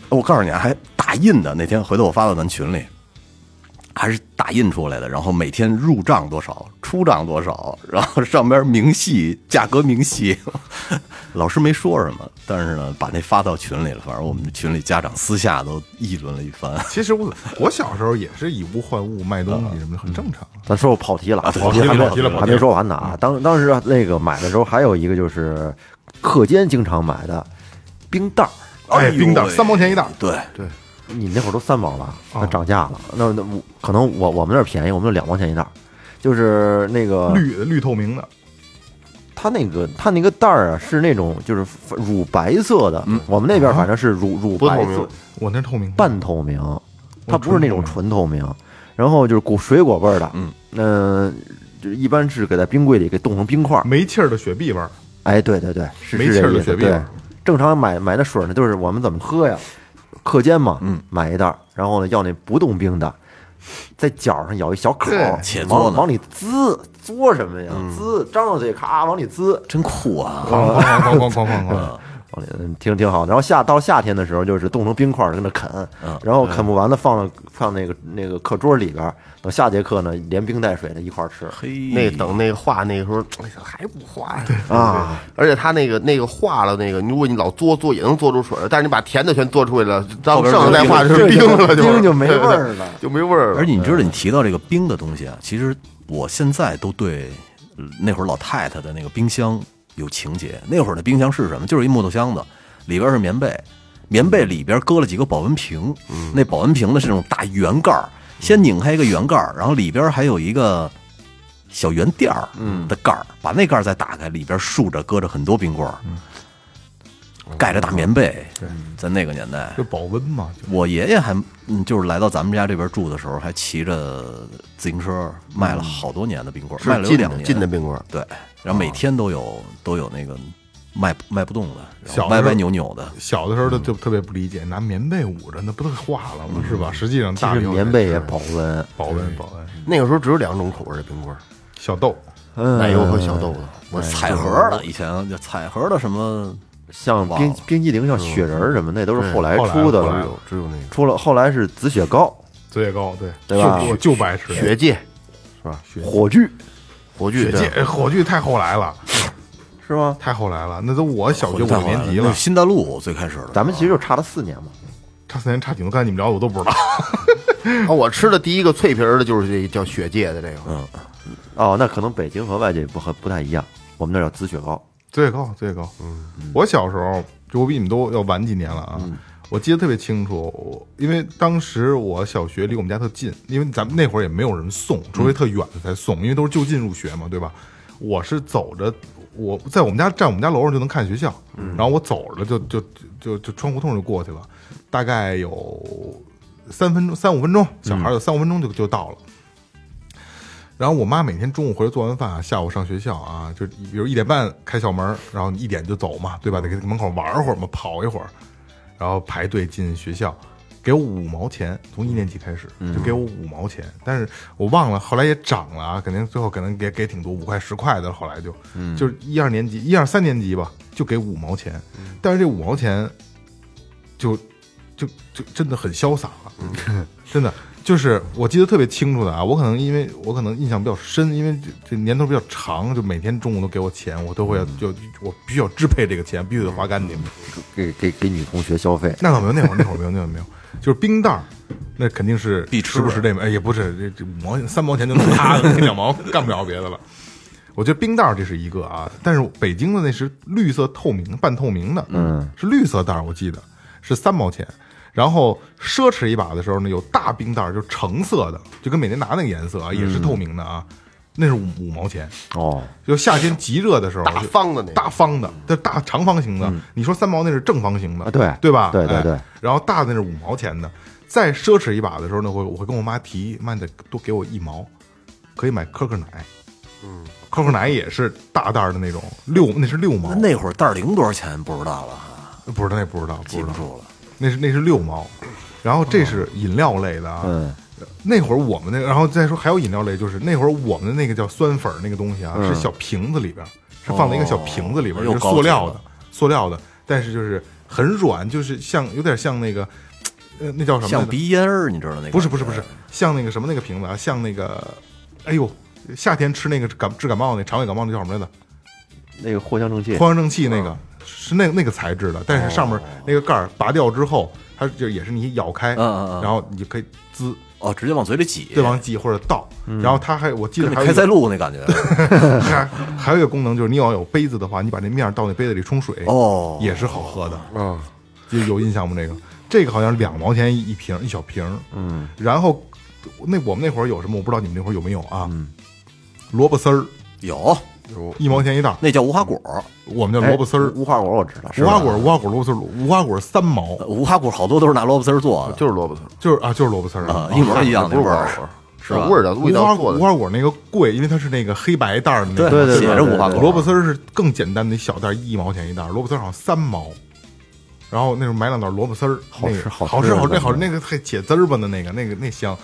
S6: 我告诉你啊，还打印的，那天回头我发到咱群里，还是打印出来的。然后每天入账多少，出账多少，然后上边明细、价格明细， [laughs] 老师没说什么，但是呢，把那发到群里了。反正我们群里家长私下都议论了一番。
S3: 其实我我小时候也是以物换物卖东西什么的，很正常。啊
S5: 咱说跑题了，
S6: 跑题了
S5: 还没
S3: 跑题了跑题了嗯
S5: 还没说完呢啊！当当时那个买的时候，还有一个就是课间经常买的冰袋儿，
S3: 哎，
S6: 嗯呦
S3: 冰袋
S6: 喂
S3: 三毛钱一袋，
S6: 对，
S5: 你那会儿都三毛了，那涨价了，那那我可能我我们那儿便宜，我们那两毛钱一袋儿，就是那个
S3: 绿的绿透明的，
S5: 它那个它那个袋儿啊是那种就是乳白色的，我们那边反正是乳乳
S4: 不透
S5: 白
S4: 明
S5: 色
S3: 我那透明的。
S5: 半透明，它不是那种
S3: 纯
S5: 纯透明，然后就是果水果味儿的，
S6: 嗯
S5: 嗯，就一般是给在冰柜里给冻成冰块儿。
S3: 没气儿的雪碧味儿，
S5: 哎，对对对，是
S3: 没
S5: 是
S3: 气
S5: 这
S3: 儿的
S5: 意思
S3: 雪碧
S5: 对
S3: 嘛，
S5: 正常买买的水呢，就是我们怎么喝呀？课间嘛，
S6: 嗯，
S5: 买一袋儿，然后呢要那不冻冰的，在角上咬一小口
S3: 对
S5: 儿，
S6: 且嘬
S5: 往
S6: 呢嗯
S5: 往里滋，嘬什么呀？滋，张着嘴咔往里滋，
S6: 真酷
S5: 嗯
S6: 啊！
S3: 哐哐哐哐哐哐哐，
S5: 往里嗯挺挺好的。然后夏到夏天的时候，就是冻成冰块儿跟那啃
S6: 嗯，
S5: 然后啃不完的放到放那个那个课桌里边儿，等下节课呢连冰带水的一块儿吃
S6: 嘿，
S4: 那等那个画那个时候，哎呀还不画呀？
S5: 啊。
S4: [laughs] 而且他那个那个画了那个，如果你老嘬嘬也能嘬出水来，但是你把甜的全嘬出来了，
S6: 后
S4: 当
S6: 边
S4: 剩下
S6: 就
S4: 再画
S5: 这
S4: 啊是
S5: 个
S4: 冰了，
S5: 冰
S4: 是
S5: 就没味儿了，
S4: 就没味儿了
S6: 而。且你知道，你提到这个冰的东西啊，其实我现在都对呃那会儿老太太的那个冰箱有情节。那会儿的冰箱是什么？就是一木头箱子，里边是棉被，棉被里边搁了几个保温瓶。那保温瓶呢是那种大圆盖儿，先拧开一个圆盖儿，然后里边还有一个小圆垫儿的盖儿，把那盖儿再打开，里边竖着搁着很多冰棍儿，盖着大棉被。在那个年代，
S3: [laughs] 就保温嘛，就
S6: 我爷爷还嗯，就是来到咱们家这边住的时候，还骑着自行车卖了好多年的冰棍儿，卖
S4: 是
S6: 了有
S4: 进
S6: 两
S4: 的
S6: 年。
S4: 进的冰棍儿，
S6: 对，然后每天都有都有那个卖卖不动的，然
S3: 小
S6: 后
S3: 时
S6: 歪
S3: 候
S6: 歪扭扭的。
S3: 小的时候就就特别不理解，拿棉被捂着那不都化了吗？是吧？实际上
S5: 嗯其
S3: 大
S5: 实
S3: 人
S5: 棉被也保温，
S3: 保温保温，
S4: 那个时候只有两种口味的冰棍儿，
S3: 小豆
S5: 嗯
S4: 奶油和小豆子。我
S6: 彩盒儿的，以前就彩盒儿的什么
S5: 像
S6: 忘
S5: 冰
S6: 了
S5: 冰激凌、像雪人儿什么的，那都是后来
S3: 嗯后来
S5: 出的
S3: 后
S4: 只
S3: 来
S5: 了。
S4: 有只有那
S5: 出了后来是紫雪糕、
S3: 紫雪糕，对
S5: 对吧
S3: 就我就不爱吃
S4: 个学界
S5: 火炬，
S4: 火炬
S3: 雪
S4: 对
S3: 界哎火炬太后来了，
S5: 是吗？
S3: 太后来了，那都我小学五六年级
S6: 那
S3: 了
S6: 是，新大陆最开始的，
S5: 咱们其实
S3: 啊
S5: 就差了四年嘛。
S3: 差四年差几年，刚才你们聊的我都不知道。
S4: 啊，我吃的第一个脆皮儿的就是这叫雪界的这个，
S5: 哦，那可能北京和外界不和不太一样，我们那儿叫紫雪糕。
S3: 紫雪糕，紫雪糕，我小时候就我比你们都要晚几年了啊。我记得特别清楚，我因为当时我小学离我们家特近，因为咱们那会儿也没有人送，除非特远的才送，因为都是就近入学嘛，对吧？我是走着，我在我们家站我们家楼上就能看学校，然后我走着就就就就穿胡同就过去了，大概有三分钟三五分钟，小孩儿有三五分钟就就到了。然后我妈每天中午回来做完饭啊，下午上学校啊，就比如一点半开校门儿，然后你一点就走嘛，对吧？得给门口玩会儿嘛，跑一会儿，然后排队进学校，给给我五毛钱，从一年级开始就给我五毛钱，但是我忘了，后来也涨了啊，肯定最后可能给给挺多，五块十块的，后来就，就是一二年级、一二三年级吧，就给五毛钱，但是这五毛钱就就就真的很潇洒了， [laughs] 真的。就是我记得特别清楚的啊，我可能因为我可能印象比较深，因为这这年头比较长，就每天中午都给我钱，我都会要就我必须要支配这个钱，必须得花干净。
S5: 给给给女同学消费，
S3: [laughs] 那倒没有，那会儿那会儿没有，那会儿没有，就是冰袋儿，那肯定是
S6: 必吃
S3: 时不时这，哎，也不是这这五毛钱三毛钱就能啪的，那两毛干不了别的了。我觉得冰袋儿这是一个啊，但是北京的那是绿色透明半透明的，嗯，是绿色袋儿，我记得是三毛钱。然后奢侈一把的时候呢，有大冰袋儿，就是橙色的，就跟美年达那个颜色啊，也
S6: 嗯
S3: 是透明的啊，那是五五毛钱。
S5: 哦，
S3: 就夏天极热的时候，
S4: 大方的那个
S3: 大方的，就大长方形的。你说三毛那是正方形的，
S5: 嗯啊对
S3: 对吧？
S5: 对对
S3: 哎
S5: 对
S3: 然后大的那是五毛钱的。再奢侈一把的时候呢，会我会跟我妈提，妈你得多给我一毛，可以买可可奶。嗯，可可奶也是大袋儿的那种，六那是六毛，
S6: 那会儿袋儿零多少钱不知道了哈，
S3: 不知道那不知道不
S6: 记
S3: 知
S6: 不
S3: 道，
S6: 住了。
S3: 那是那是六毛。然后这是饮料类的啊，
S5: 嗯，
S3: 那会儿我们那，然后再说还有饮料类，就是那会儿我们的那个叫酸粉儿那个东西啊，是小瓶子里边儿，是放在一个小瓶子里边儿，
S6: 嗯哦又
S3: 就是
S6: 高级
S3: 塑料的
S6: 了，
S3: 塑料的，但是就是很软，就是像有点像那个，呃，那叫什么来着？
S6: 像鼻烟儿，你知道那个？
S3: 不是不是不是，像那个什么那个瓶子啊，像那个，哎呦，夏天吃那个感治感冒那肠胃感冒那叫什么来着？
S5: 那个藿香正气
S3: 藿香正气那个、是那那个材质的，但是上面那个盖儿拔掉之后，它就也是你咬开，
S6: 嗯嗯嗯
S3: 然后你就可以滋，
S6: 哦，直接往嘴里挤，
S3: 对，往挤或者倒，然后它还我记得
S6: 跟那
S3: 还有
S6: 开
S3: 一个
S6: 塞露那感觉。
S3: [laughs] 还还有一个功能就是，你要有杯子的话，你把那面儿倒那杯子里冲水，
S6: 哦
S3: 也是好喝的。
S4: 嗯，
S3: 有有印象吗？这个这个好像两毛钱一瓶，一小瓶。嗯，然后那我们那会儿有什么？我不知道你们那会儿有没有啊？萝卜丝儿
S6: 有，
S3: 一毛钱一袋儿，
S6: 那叫无花果，
S3: 我们叫萝卜丝儿
S5: 哎、无花果我知道，是
S3: 无
S5: 吧
S3: 花果、无花果、萝卜丝儿、无花果三毛，
S6: 呃无花果好多都是拿萝卜丝儿做的
S4: 就是萝卜头，
S3: 就是啊，就是萝卜丝儿
S6: 啊，一模一样
S4: 不
S6: 那
S4: 是
S6: 味
S4: 瓜
S6: 儿
S3: 啊
S4: 果，，
S6: 是吧
S4: 味儿的
S3: 无
S4: 味
S3: 花
S4: 道做
S3: 果无
S4: 的。
S3: 花果那个贵，因为它是那个黑白袋儿的那个。
S5: 对对
S6: 写着无花果，
S3: 萝卜丝儿是更简单的一小袋儿，一毛钱一袋儿，萝卜丝儿好像三毛。然后那时候买两袋萝卜丝儿，
S5: 好吃
S3: 那个
S5: 好
S3: 好
S5: 吃
S3: 吃好吃
S5: 的
S3: 好吃，那个还且滋儿吧的那个那个那香。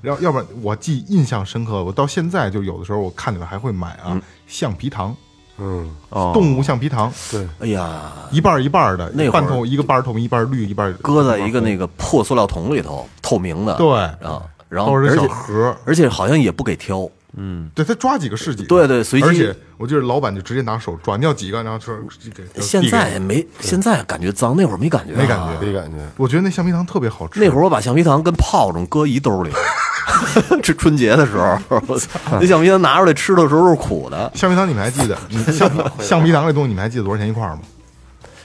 S3: 然后要不然我记忆印象深刻，我到现在就有的时候我看见了还会买啊，橡皮糖，
S4: 嗯，
S5: 哦
S3: 动物橡皮糖，对，
S6: 哎呀，
S3: 一半儿一半儿的，
S6: 那会儿
S3: 半透一个半儿透明，一半儿绿，一半儿
S6: 搁在一个那个破塑料桶里头，透明的，
S3: 对
S6: 啊，然后
S3: 都
S6: 而
S3: 是小
S6: 且
S3: 盒儿，
S6: 而且好像也不给挑，
S3: 对他抓几个是几个，
S6: 对对随机
S3: 而且我记得老板就直接拿手抓，你要几个，然后说给给
S6: 现
S3: 递给
S6: 在也
S3: 你
S6: 没，现在感觉脏，那会儿没感觉，啊
S3: 没感觉。
S4: 没感觉。
S3: 我觉得那橡皮糖特别好吃，
S6: 那会儿我把橡皮糖跟炮仗搁一兜里，
S3: [laughs]
S6: 这春节的时候，我操那橡皮糖拿出来吃的时候是苦的。
S3: 橡皮糖你们还记得？你橡皮橡皮糖这东西你们还记得多少钱一块儿吗？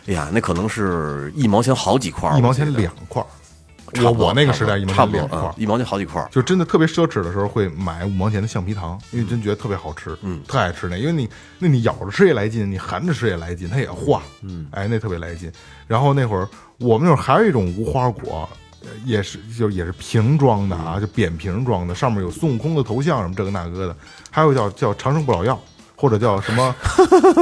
S6: 哎呀，那可能是一毛钱好几块儿，
S3: 一毛钱
S6: 我记得
S3: 两块儿。
S6: 差
S3: 我
S6: 不多
S3: 我那个时代一毛
S6: 差
S3: 钱
S6: 不多
S3: 两块
S6: 啊
S3: 儿，
S6: 一毛钱好几块儿。
S3: 就真的特别奢侈的时候会买五毛钱的橡皮糖，
S6: 嗯
S3: 因为真觉得特别好吃，嗯，特爱吃那，因为你那你咬着吃也来劲，你含着吃也来劲，它也化，嗯，哎，那特别来劲。然后那会儿我们那会儿还有一种无花果。呃也是，就也是瓶装的
S6: 嗯
S3: 啊，就扁瓶装的，上面有孙悟空的头像什么这个那个的，还有叫叫长生不老药，或者叫什
S6: [laughs]
S3: 么，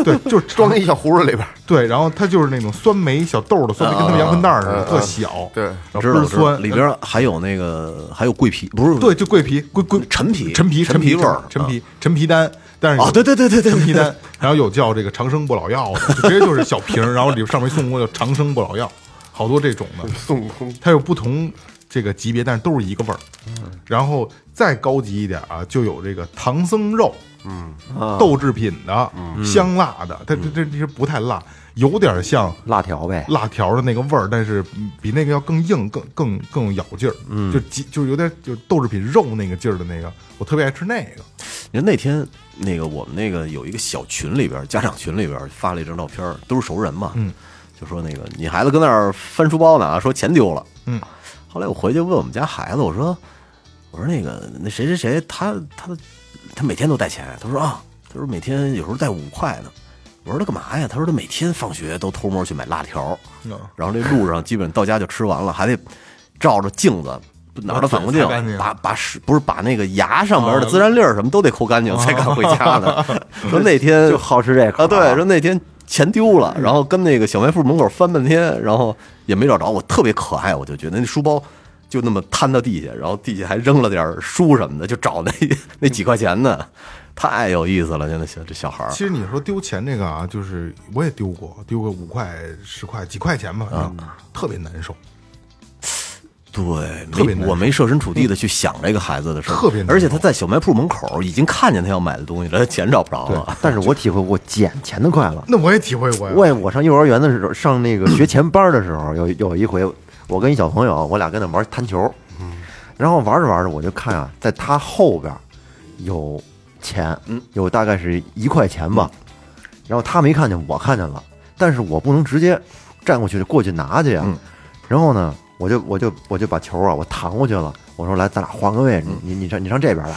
S3: 对，就是
S4: 装
S3: 长
S4: 一小葫芦里边儿，
S3: 对，然后它就是那种酸梅小豆的酸
S6: 啊
S3: 梅，跟他们洋盆袋儿似的，特小，
S4: 对
S3: 然后倍
S6: 我知
S3: 儿
S6: 道我知道，
S3: 酸，
S6: 里边儿还有那个还有桂皮，不是
S3: 对，就桂皮、桂桂
S6: 陈皮
S3: 陈皮、
S6: 陈皮
S3: 皮
S6: 味儿
S3: 陈皮、陈皮丹，但是
S6: 啊，对对对对对，
S3: 陈皮丹，然后有叫这个长生不老药的，就直接就是小瓶儿，然后里上面送过叫长生不老药，好多这种的，
S4: 孙悟空
S3: 它有不同这个级别，但是都是一个味儿。
S6: 嗯
S3: 然后再高级一点啊，就有这个唐僧肉，嗯，豆制品
S6: 啊
S3: 的，香辣的，它
S6: 嗯
S3: 这这这是不太辣，有点像
S5: 辣条呗，
S3: 辣条的那个味儿，但是比那个要更硬，更更更有咬劲儿，嗯，就几就是有点就是豆制品肉那个劲儿的那个，我特别爱吃那个。
S6: 你看那天那个我们那个有一个小群里边儿，家长群里边儿发了一张照片儿，都是熟人嘛，
S3: 嗯，
S6: 就说那个你孩子跟那儿翻书包呢啊，说钱丢了，
S3: 嗯，
S6: 后来我回去问我们家孩子，我说我说那个那谁谁谁他他他每天都带钱，他说啊，他说每天有时候带五块呢，我说他干嘛呀？他说他每天放学都偷摸去买辣条，然后这路上基本到家就吃完了，还得照着镜子。哪儿都反光镜
S5: 啊
S3: 把嘴擦干，净
S6: 把把是不是把那个牙上面的孜然粒儿什么都得抠干净才敢回家呢？
S5: [laughs]
S6: 说那天
S5: 啊就好吃这口
S6: 啊，对，说那天钱丢了，然后跟那个小卖部门口翻半天，然后也没找着。我特别可爱，我就觉得那书包就那么摊到地下，然后地下还扔了点儿书什么的，就找那 [laughs] 那几块钱呢，太有意思了，真的小这小孩儿。
S3: 其实你说丢钱这个啊，就是我也丢过，丢个五块、十块、几块钱吧，特别难受。
S6: 对，
S3: 特别
S6: 没
S3: 难
S6: 我没设身处地的去想这个孩子的事儿，
S3: 特别难
S6: 而且他在小卖铺门口已经看见他要买的东西了，他钱找不着
S5: 对
S6: 了。，
S5: 但是我体会过捡钱的快乐。
S3: 那我也体会啊过呀，
S5: 我也我上幼儿园的时候，上那个学前班的时候，有有一回，我跟一小朋友，我俩跟那玩弹球，然后玩着玩着，我就看啊，在他后边有钱，有大概是一块钱吧，然后他没看见，我看见了，但是我不能直接站过去过去拿去呀、啊然后呢，我就我就我就把球啊，我弹过去了，我说来，咱俩换个位置，你你你上你上这边来。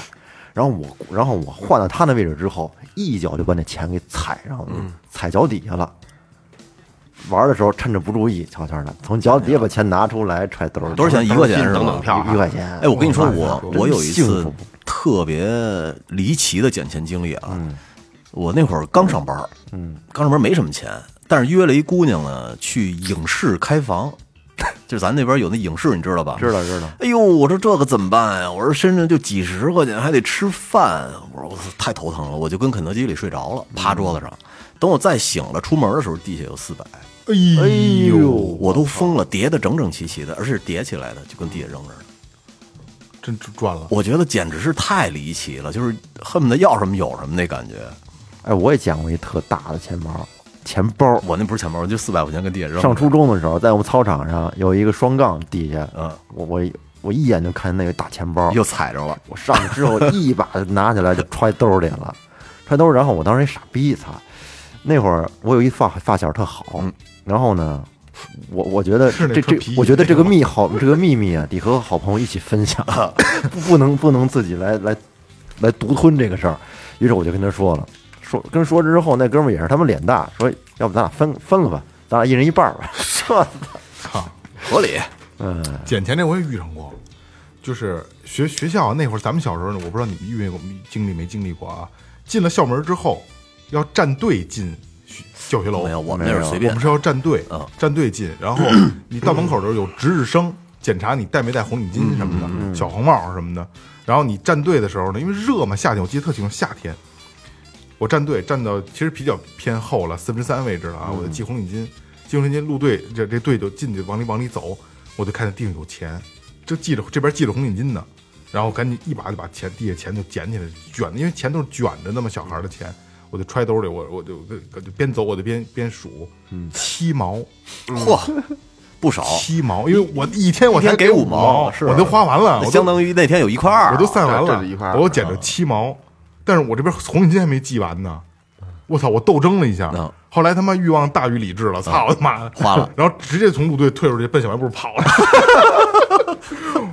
S5: 然后我，然后我换到他那位置之后，一脚就把那钱给踩上了，
S6: 嗯
S5: 踩脚底下了。玩的时候趁着不注意，悄悄的从脚底下把钱拿出来揣兜里，
S6: 多少钱？一块钱是吧？
S4: 等等票啊
S5: 一块钱。
S6: 哎，我跟你说，
S5: 哇
S6: 我
S5: 真
S6: 我有一
S5: 幸
S6: 次
S5: 福
S6: 特别离奇的捡钱经历啊。我那会儿刚上班，嗯，刚上班没什么钱，但是约了一姑娘呢去影视开房， [laughs] 就是咱那边有那影视，你知道吧？
S5: 知道知道。
S6: 哎呦，我说这个怎么办呀？我说身上就几十块钱，还得吃饭，我说我操太头疼了，我就跟肯德基里睡着
S3: 嗯
S6: 了，趴桌子上。等我再醒了，出门的时候地下有四百，
S3: 哎呦，
S6: 我都疯了，叠的整整齐齐的，而且是叠起来的，就跟地下扔着呢。
S3: 真赚了。
S6: 我觉得简直是太离奇了，就是恨不得要什么有什么那感觉。
S5: 哎，我也捡过一特大的钱包，钱包。
S6: 我那不是钱包，就四百块钱跟地下扔着。
S5: 上初中的时候，在我们操场上有一个双杠底下，
S6: 嗯
S5: 我我我一眼就看见那个大钱包，
S6: 又踩着了，
S5: 我上去之后一把拿起来就揣兜里了，揣兜里。然后我当时一傻逼，操！那会儿我有一发发小特好，然后呢，我我觉得
S3: 是那
S5: 这
S3: 吹
S5: 这
S3: 皮，
S5: 我觉得这个秘好这个秘密啊，得和好朋友一起分享，不不能不能自己来来来独吞这个事儿。于是我就跟他说了，说跟说之后，那哥们儿也是他们脸大，说要不咱俩分分了吧，咱俩一人一半儿吧。这
S3: 操，
S6: 合理。
S3: 捡钱这我也遇上过，就是学学校那会儿，咱们小时候呢，我不知道你们遇过经历没经历过啊。进了校门之后，要站队进学教学楼，
S6: 没有，我们那是随
S3: 我
S6: 便
S3: 们。是要站队
S6: 嗯，
S3: 站队进，然后你到门口的时候有值日生检查你带没带红领巾什么
S6: 嗯
S3: 的，小黄帽什么的。然后你站队的时候呢，因为热嘛，夏天我记得特清楚，夏天我站队站到其实比较偏后了，四分之三位置了
S6: 嗯
S3: 啊，我就系红领巾，系红领巾入队，这这队就进去往里往里走，我就看见地上有钱，这系着这边系着红领巾呢，然后赶紧一把就把钱地下钱就捡起来卷，因为钱都是卷着的嘛，小孩的钱。我就揣兜里，我我就我就边走我就边边数，
S6: 嗯
S3: 七毛
S6: 嚯，不少，
S3: 七毛，因为我一天我才
S6: 一天给
S3: 五
S6: 五毛是
S3: 我都花完了，我都
S6: 相当于那天有一块二。
S3: 我都散完
S4: 这
S3: 了
S4: 这是一块，
S3: 我又捡着
S6: 嗯
S3: 七毛，但是我这边红领巾还没系完呢，我操，我斗争了一下
S6: 嗯，
S3: 后来他妈欲望大于理智了，操他妈的
S6: 花了，
S3: [laughs] 然后直接从部队退出去奔小卖部跑了。 [laughs]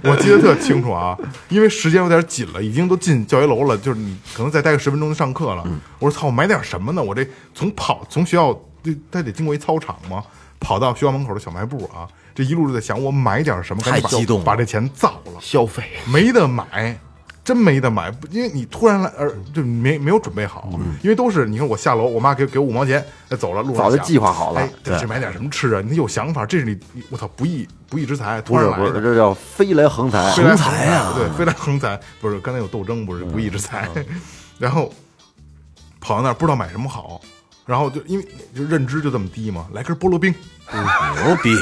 S3: 我记得特清楚啊，因为时间有点紧了，已经都进教学楼了，就是你可能再待个十分钟就上课了。
S6: 嗯
S3: 我说操，我买点什么呢？我这从跑从学校，他得经过一操场嘛，跑到学校门口的小卖部啊，这一路就在想我买点什么，赶紧把
S6: 太激动了
S3: 把这钱造了。
S4: 消费，
S3: 没得买，真没得买，不因为你突然来，而就没没有准备好，因为都是你看我下楼，我妈给给我五毛钱，哎走了，路上
S5: 嗯早就
S3: 想
S5: 计划好了
S3: 哎，得去买点什么吃啊？你有想法，这是你你我操不义不义之财，突
S5: 不是
S3: 然来
S5: 不是，
S3: 的。
S5: 这叫飞来横财。嗯
S3: 飞来
S6: 横财啊
S3: 对，飞来横财不是刚才有斗争，不是不义之财， [laughs] 然后跑到那儿不知道买什么好，然后就因为就认知就这么低嘛，来根菠萝冰，
S6: 牛逼，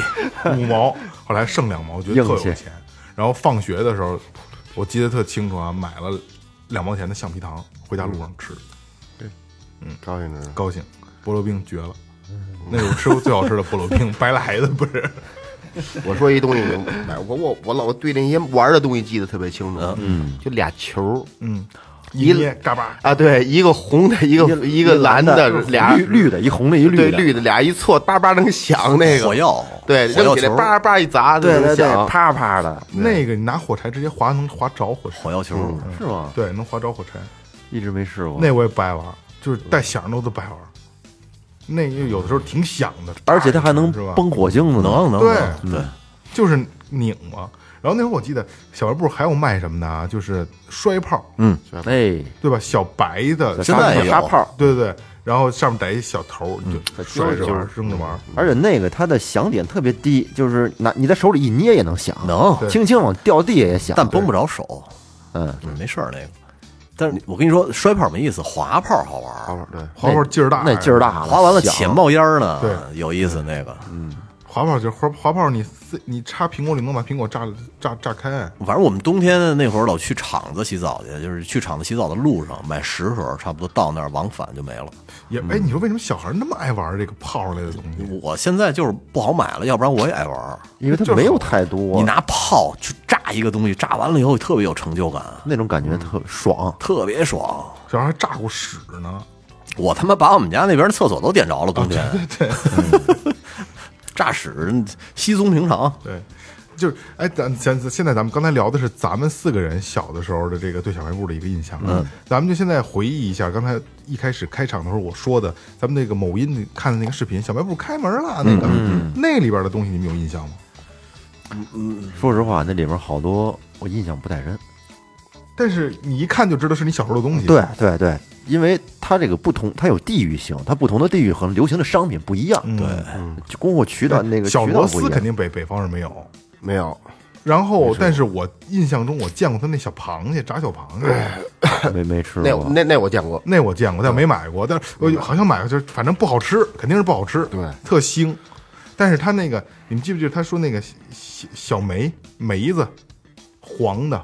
S3: 五毛， [laughs] 后来剩两毛，觉得特有
S5: 硬
S3: 钱
S5: 气。
S3: 然后放学的时候，我记得特清楚啊，买了两毛钱的橡皮糖，回家路上吃，
S4: 嗯
S3: 嗯
S4: 高兴着呢。
S3: 高兴。菠萝冰绝了，那是我吃过最好吃的菠萝冰，白来的不是？
S4: 我说一东西，我我我我老对那些玩的东西记得特别清楚，嗯，就俩球，
S3: 嗯，一捏嘎巴，
S4: 啊，对，一个红的，一个一个蓝的，俩
S5: 绿绿的，一红的，一
S4: 对
S5: 绿的，
S4: 绿的，俩一错，叭叭能响那个
S6: 火药，
S4: 对，
S6: 火药
S4: 扔起来
S6: 球，
S4: 叭叭一砸，
S5: 对
S4: 能
S5: 对对
S4: 响，
S5: 啪啪的，
S3: 那个你拿火柴直接划能划着火柴，
S6: 火药球，
S3: 嗯
S5: 是吗？
S3: 对，能划着火柴。
S5: 一直没试过。
S3: 那我也不爱玩，就是带响都都不爱玩。那个有的时候挺响的，
S5: 而且它还能
S3: 是吧
S5: 崩火星子呢，
S6: 能能
S3: 对
S6: 能，对，
S3: 就是拧嘛。然后那会儿我记得小卖部还有卖什么的啊，就是摔炮，
S5: 嗯，哎，
S3: 对吧？小白的，
S6: 现在也有
S5: 沙炮，嗯
S3: 对对对，然后上面逮一小头儿，你就甩着玩儿，扔着玩儿。
S5: 而且那个它的响点特别低，就是拿你在手里一捏也能响，
S6: 能
S3: 对
S5: 轻轻往掉地下也响。哎
S6: 但绷不着手，
S5: 啊嗯，
S6: 没事儿那个。但是我跟你说，摔炮没意思，滑炮好玩儿，
S4: 对，
S3: 滑炮劲儿大呀，
S5: 那劲儿大了，
S6: 滑完了
S5: 响
S6: 且冒烟儿呢，
S3: 对
S6: 有意思那个。
S3: 滑炮就是滑滑炮你，塞你插苹果里能把苹果炸炸炸开，
S6: 反正我们冬天那会儿老去厂子洗澡去，就是去厂子洗澡的路上买十盒，差不多到那儿往返就没了。
S3: 也
S5: 嗯
S3: 哎，你说为什么小孩儿那么爱玩这个炮类的东西？
S6: 我现在就是不好买了，要不然我也爱玩儿。
S5: 因为它没有太多，
S6: 你拿炮去炸一个东西，炸完了以后特别有成就感，
S5: 那种感觉特爽。
S6: 特别爽。
S3: 小孩儿还炸过屎呢，
S6: 我他妈把我们家那边的厕所都点着了，冬天。对 [laughs] 炸屎稀松平常。
S3: 对，就是哎，咱咱现在咱们刚才聊的是咱们四个人小的时候的这个对小卖部的一个印象，嗯，咱们就现在回忆一下刚才一开始开场的时候我说的，咱们那个某音里看的那个视频，小卖部开门了那
S5: 嗯
S3: 个，那里边的东西你们有印象吗？
S5: 说实话，那里边好多我印象不太深。
S3: 但是你一看就知道是你小时候的东西，，
S5: 对对对，因为它这个不同，它有地域性，它不同的地域和流行的商品不一样，
S3: 对，
S5: 就供货渠道那个
S3: 小
S5: 渠道
S3: 螺
S5: 不一
S3: 丝肯
S5: 样。
S3: 定北北方是没有。
S4: 没有，
S3: 然后，但是我印象中我见过他那小螃蟹炸小螃
S4: 哎
S3: 蟹，
S5: 没没吃
S4: 那
S5: 过，
S4: 那那我见过，
S3: 那我见过，但没买过。但是我好像买过，就是反正不好吃，肯定是不好吃。
S4: 对
S3: 特腥。但是他那个，你们记不记得他说那个小小小梅梅子，黄的，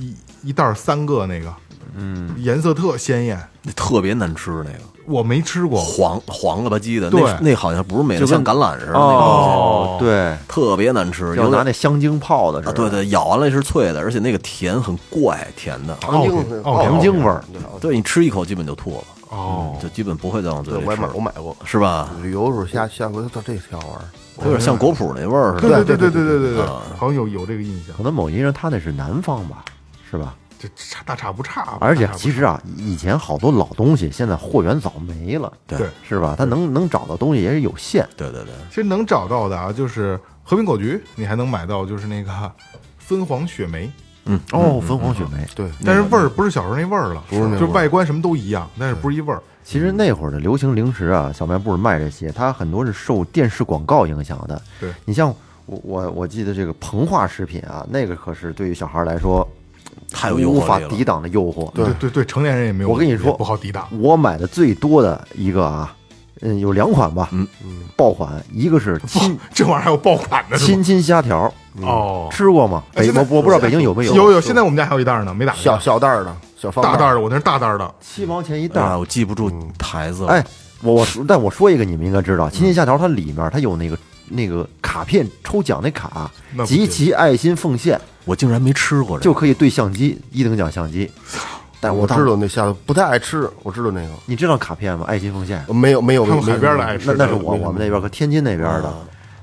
S3: 一一袋儿三个那个，嗯，颜色特鲜艳。
S6: 那特别难吃那个。
S3: 我没吃过，
S6: 黄黄了吧唧的，
S3: 对
S6: 那那好像不是梅子，像橄榄似的那种
S5: 哦，对，
S6: 东西，特别难吃，
S5: 要
S6: 有
S5: 拿
S6: 点
S5: 那香精泡的是
S6: 啊，
S5: 吧？
S6: 对对，咬完了是脆的，而且那个甜很怪，甜的，
S4: 糖精
S3: 哦哦
S5: 糖精味儿，
S6: 对你吃一口基本就吐了，
S3: 哦
S6: 就基本不会再往嘴
S4: 对，
S6: 里
S4: 我也
S6: 吃
S4: 买
S6: 了，
S4: 我买过，
S6: 是吧？
S4: 旅游的时候下下回操，这挺好玩儿，
S6: 有点像果脯那味儿似
S3: 对
S6: 的，
S3: 对对对对对对，好像有有这个印象
S5: 可，能某音上它那是南方吧，是吧？
S3: 这差大差不差吧。
S5: 而且
S3: 大差不
S5: 其实啊，以前好多老东西，现在货源早没了，
S3: 对
S5: 是吧？它能能找到东西也是有限，
S6: 对对对，
S3: 其实能找到的啊，就是和平果局，你还能买到就是那个 [laughs] 分黄雪梅，
S6: 嗯
S5: 哦，汾黄雪梅。
S4: 对，
S3: 但是味儿不是小时候那味儿了，
S4: 是那味儿
S3: 就外观什么都一样，但是不是一味儿。
S5: 其实那会儿的流行零食啊，小卖部卖这些，它很多是受电视广告影响的。
S3: 对
S5: 你像我我我记得这个膨化食品啊，那个可是对于小孩来说
S6: 太有诱
S5: 无
S6: 惑
S5: 法
S6: 力了
S5: 抵。挡的诱惑。
S3: 对对对，成年人也没有。
S5: 我跟你说
S3: 也不好抵挡。 [laughs]
S5: 我买的最多的一个啊，嗯，有两款吧，嗯嗯，爆款，一个是亲
S3: 这玩意儿还有爆款的是吗？
S5: 亲亲虾条，
S3: 哦，
S5: 吃过吗？
S3: 哎
S5: 北
S3: 现在
S5: 我我不知道北京有没
S3: 有有，现在我们家还有一袋儿呢，没打开
S4: 小小袋儿的小方
S3: 大袋
S4: 儿
S3: 儿的，我那是大袋儿的。
S5: 七毛钱一袋
S6: 啊，
S5: 儿。
S6: 我记不住台子了。
S5: 哎，我我说，但我说一个你们应该知
S3: 嗯
S5: 道，亲亲虾条它里面它有那个那个卡片抽奖那卡
S3: 那，不
S5: 集
S3: 行
S5: 齐爱心奉献。
S6: 我竟然没吃过这
S5: 就
S6: 个，
S5: 可以对相机一等奖相机。
S4: 但我知道那下头不太爱吃，我知道那个
S5: 你知道卡片吗？爱心奉献，
S4: 没有没有没
S3: 他
S4: 有
S3: 们海边的爱吃
S5: 那
S3: 的，
S5: 那是我我们那边和天津那边的，
S6: 啊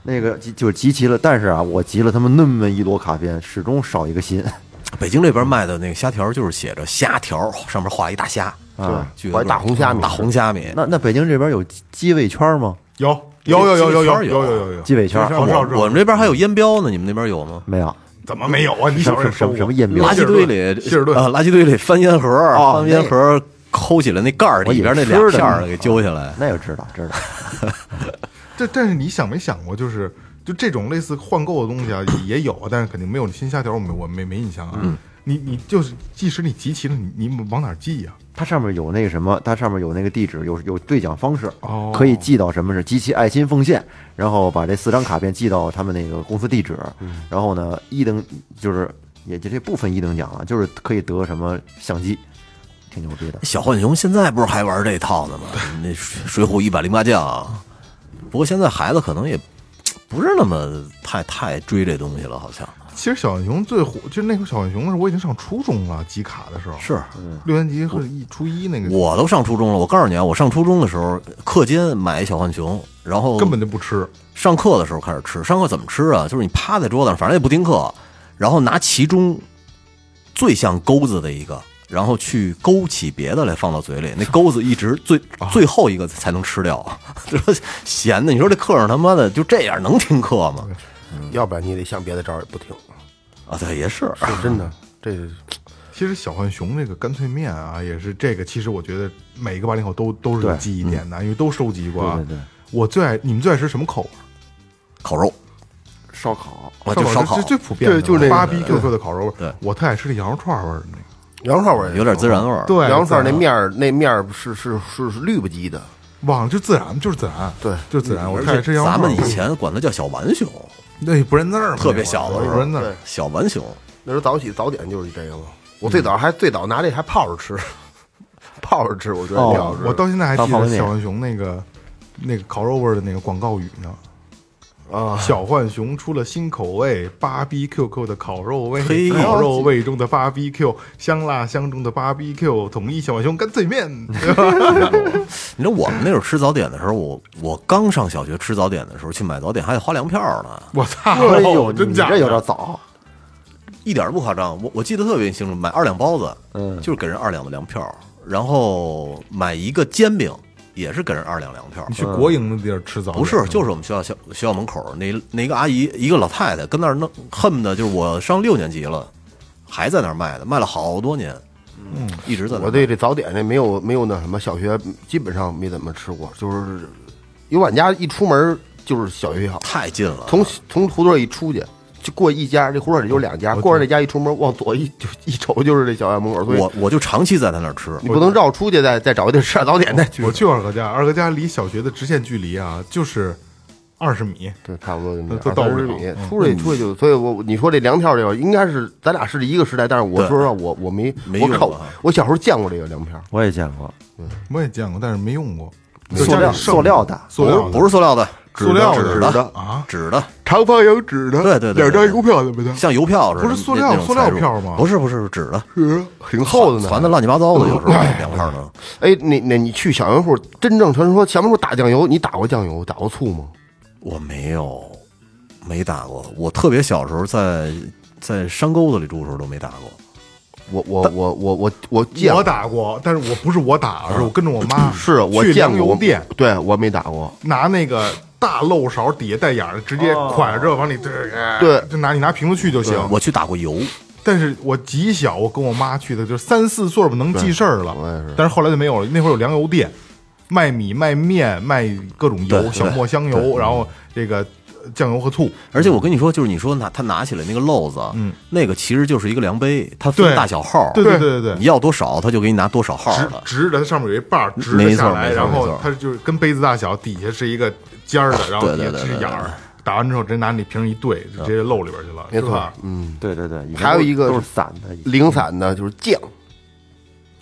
S5: 那个集就是集齐了，但是啊，我集了他们那么一摞卡片，始终少一个
S6: 哎
S5: 心。
S6: 北京这边卖的那个虾条就是写着虾条，上面画一大虾，
S5: 啊
S6: 巨
S4: 画一大红虾米
S6: 大红虾米，
S5: [laughs] 那那北京这边有鸡鸡尾圈吗？
S3: 有有有有有有
S6: 这
S3: 有有有有，
S5: 鸡尾圈哦
S3: 这是
S6: 我们这边还有烟标呢，你们那边有吗？
S5: 没有，
S3: 怎么没有啊？你小时候也
S5: 什
S3: 收
S5: 么
S3: 过
S5: 什么烟标
S6: 垃圾堆里
S3: 希尔顿，
S6: 啊，垃圾堆里翻烟盒，翻烟盒抠起来那盖儿
S5: 哦我
S6: 里
S5: 以为
S6: 边那
S5: 吃的
S6: 俩片儿
S5: 呢哦
S6: 给揪下来，
S5: 那就知道知道。
S3: 这但是你想没想过，就是就这种类似换购的东西啊，也有啊，但是肯定没有你新虾条，我没我没没印象啊。
S5: 嗯
S3: 你你就是，即使你集齐了，你你往哪儿寄啊呀、
S5: 它上面有那个什么，它上面有那个地址，有有兑奖方式，
S3: 哦
S5: 可以寄到什么是集齐爱心奉献，然后把这四张卡片寄到他们那个公司地址，
S6: 嗯
S5: 然后呢一等就是也就这部分一等奖啊，就是可以得什么相机，挺牛逼的。
S6: 小浣熊现在不是还玩这
S5: [laughs]
S6: 套呢吗？那《水浒》一百零八将，不过现在孩子可能也不是那么太太追这东西了，好像
S3: 其实小浣熊最火，就是那会儿小浣熊的时候，我已经上初中了，集卡的时候
S6: 是。
S3: 六年级和一初一那个，
S6: 嗯我都上初中了，我告诉你啊，我上初中的时候，课间买一小浣熊，然后
S3: 根本就不吃。
S6: 上课的时候开始吃。上课怎么吃啊？就是你趴在桌子上，反正也不听课，然后拿其中最像钩子的一个，然后去勾起别的来放到嘴里。那钩子一直最
S3: 哦
S6: 最后一个才能吃掉，这说咸的。你说这课上他妈的就这样能听课吗？
S4: 要不然你得想别的招儿也不听，
S6: 啊，对，也是。
S4: 是真的，这
S3: 其实小浣熊这个干脆面啊，也是这个，其实我觉得每个八零后都都是有
S5: 对
S3: 记忆点的，因为都收集过啊。
S5: 对对对
S3: 我最爱你们最爱吃什么口味？
S6: 烤肉
S5: 烧烤，
S6: 啊，就烧烤
S3: 最，最普遍的，
S4: 对就这个
S3: 芭比 QQ 的烤肉味儿。
S6: 对
S3: 我特爱吃羊肉串味儿的那个。
S4: 羊肉串味儿也
S6: 有点孜然味儿。
S3: 对，啊
S4: 羊肉串儿那面儿那面儿是是是是绿不唧的，
S3: 网上就孜然，就是孜然，
S4: 对
S3: 就是孜然。我
S6: 而
S3: 特爱吃
S6: 且
S3: 羊肉
S6: 咱
S3: 串
S6: 们以前管它叫小浣熊，
S3: 那不认字儿嘛，
S6: 特别小的时候
S3: 不认字儿
S4: 对。
S6: 小浣熊，
S4: 那时候早起早点就是这个嘛。我最早还最早拿这还泡着吃， [laughs] 泡着吃，我觉得
S5: 哦
S4: 挺好吃的。
S3: 我到现在还记
S5: 当泡
S3: 得
S5: 面
S3: 小浣熊那个那个烤肉味儿的那个广告语呢。
S4: 啊，
S3: 小浣熊出了新口味，芭比 QQ 的烤肉味，
S6: 嘿
S3: 烤肉味中的芭比 Q，香辣香中的芭比 Q，统一小浣熊干脆面。对吧
S6: 你知道我们那会儿吃早点的时候，我我刚上小学吃早点的时候去买早点还得花粮票呢，
S3: 我 [laughs] 操！
S5: 哎呦，你
S3: 哦真
S5: 你
S3: 假
S5: 这有点
S3: 的？
S5: 早，
S6: 一点儿不夸张。我我记得特别清楚，买二两包子，
S5: 嗯
S6: 就是给人二两的粮票，然后买一个煎饼也是给人二两粮票
S3: 你。去嗯国营的地儿吃早点
S6: 不是，就是我们学校小学校门口那那个阿姨，一个老太太跟那儿弄，恨不得就是我上六年级了，还在那儿卖的，卖了好多年，嗯，一直在那儿卖。
S4: 我对这早点这没有没有那什么，小学基本上没怎么吃过，就是因为我家一出门就是小学校，
S6: 太近了，
S4: 从从胡同一出去。就过一家，这胡同里就两家，过上这家一出门，往左一就一瞅就是这小院门口，所以
S6: 我我就长期在他那儿吃，
S4: 你不能绕出去再再找一地儿吃点早点再去。
S3: 我去过二哥家，二哥家离小学的直线距离啊，就是二十米。
S4: 对，差不多就
S3: 都
S4: 那
S3: 到
S4: 二
S3: 不
S4: 十
S3: 了
S4: 米
S3: 嗯，
S4: 出去出去就，所以我你说这粮票这个应该是咱俩是一个时代，但是我
S6: 对
S4: 说实话，我我没
S6: 没
S4: 我
S6: 用
S4: 靠
S6: 过啊，
S4: 我小时候见过这个粮票，
S5: 我也见过
S3: 我也见过，但是没用过。就
S5: 塑
S3: 家
S5: 料
S3: 里剩
S5: 塑料的，
S3: 塑料的
S6: 不是塑料的，
S3: 塑料的
S6: 纸的纸
S3: 啊
S6: 纸的，
S4: 长方形纸的，
S6: 对对对对
S4: 两张邮票怎么的？
S6: 像邮票似的，
S3: 不是塑料
S6: 那那种
S3: 塑料
S6: 材质
S3: 票吗
S6: 不是不是，是纸的，
S3: 啊
S4: 是挺厚的呢，
S6: 传的乱七八
S3: [laughs]
S6: 糟的，有时候两片呢。
S4: 哎，你那你去小卖部，真正传说小卖部打酱油，你打过酱油，打过醋吗？
S6: 我没有，没打过。我特别小时候在在山沟子里住的时候都没打过。
S4: 我我我我我我见
S3: 我
S4: 过，嗯
S3: 打过，但是我不是我打，是我跟着我妈。
S4: 是我
S3: 去
S4: 见
S3: 粮
S4: 过我
S3: 油店
S4: 对我没打过，
S3: 拿那个大漏勺底下带眼儿，直接蒯着往里，对
S4: 对
S3: 就拿你拿瓶子去就行。
S6: 我去打过油，
S3: 嗯但是我极小，我跟我妈去的，就是三四岁吧，能记事儿了。
S4: 我也是
S3: 但是后来就没有了。那会儿有粮油店，卖米、卖面、卖各种油，
S6: 对
S3: 小磨香油，然后这个呃酱油和醋。
S6: 而且我跟你说，就是你说拿他拿起来那个漏子，嗯，那个其实就是一个量杯，它
S3: 对
S6: 分大小号，
S3: 对对对对
S6: 你
S3: 对，
S6: 要多少他就给你拿多少号
S3: 直
S6: 的。
S3: 直的，它上面有一把儿直的
S6: 没错
S3: 下来，
S6: 没错
S3: 然
S6: 没
S3: 后
S6: 错
S3: 它就是跟杯子大小，底下是一个尖儿的，然后
S6: 对
S3: 底下
S6: 对对
S3: 是
S6: 对对
S3: 眼儿。打完之后直接拿你瓶儿一对，就直接漏里边去了，
S4: 嗯没
S3: 是
S4: 错
S3: 吧？
S5: 对对对，以前
S4: 还有
S5: 都
S4: 一个
S5: 都
S4: 是
S5: 是散的，以前
S4: 零散的就是酱，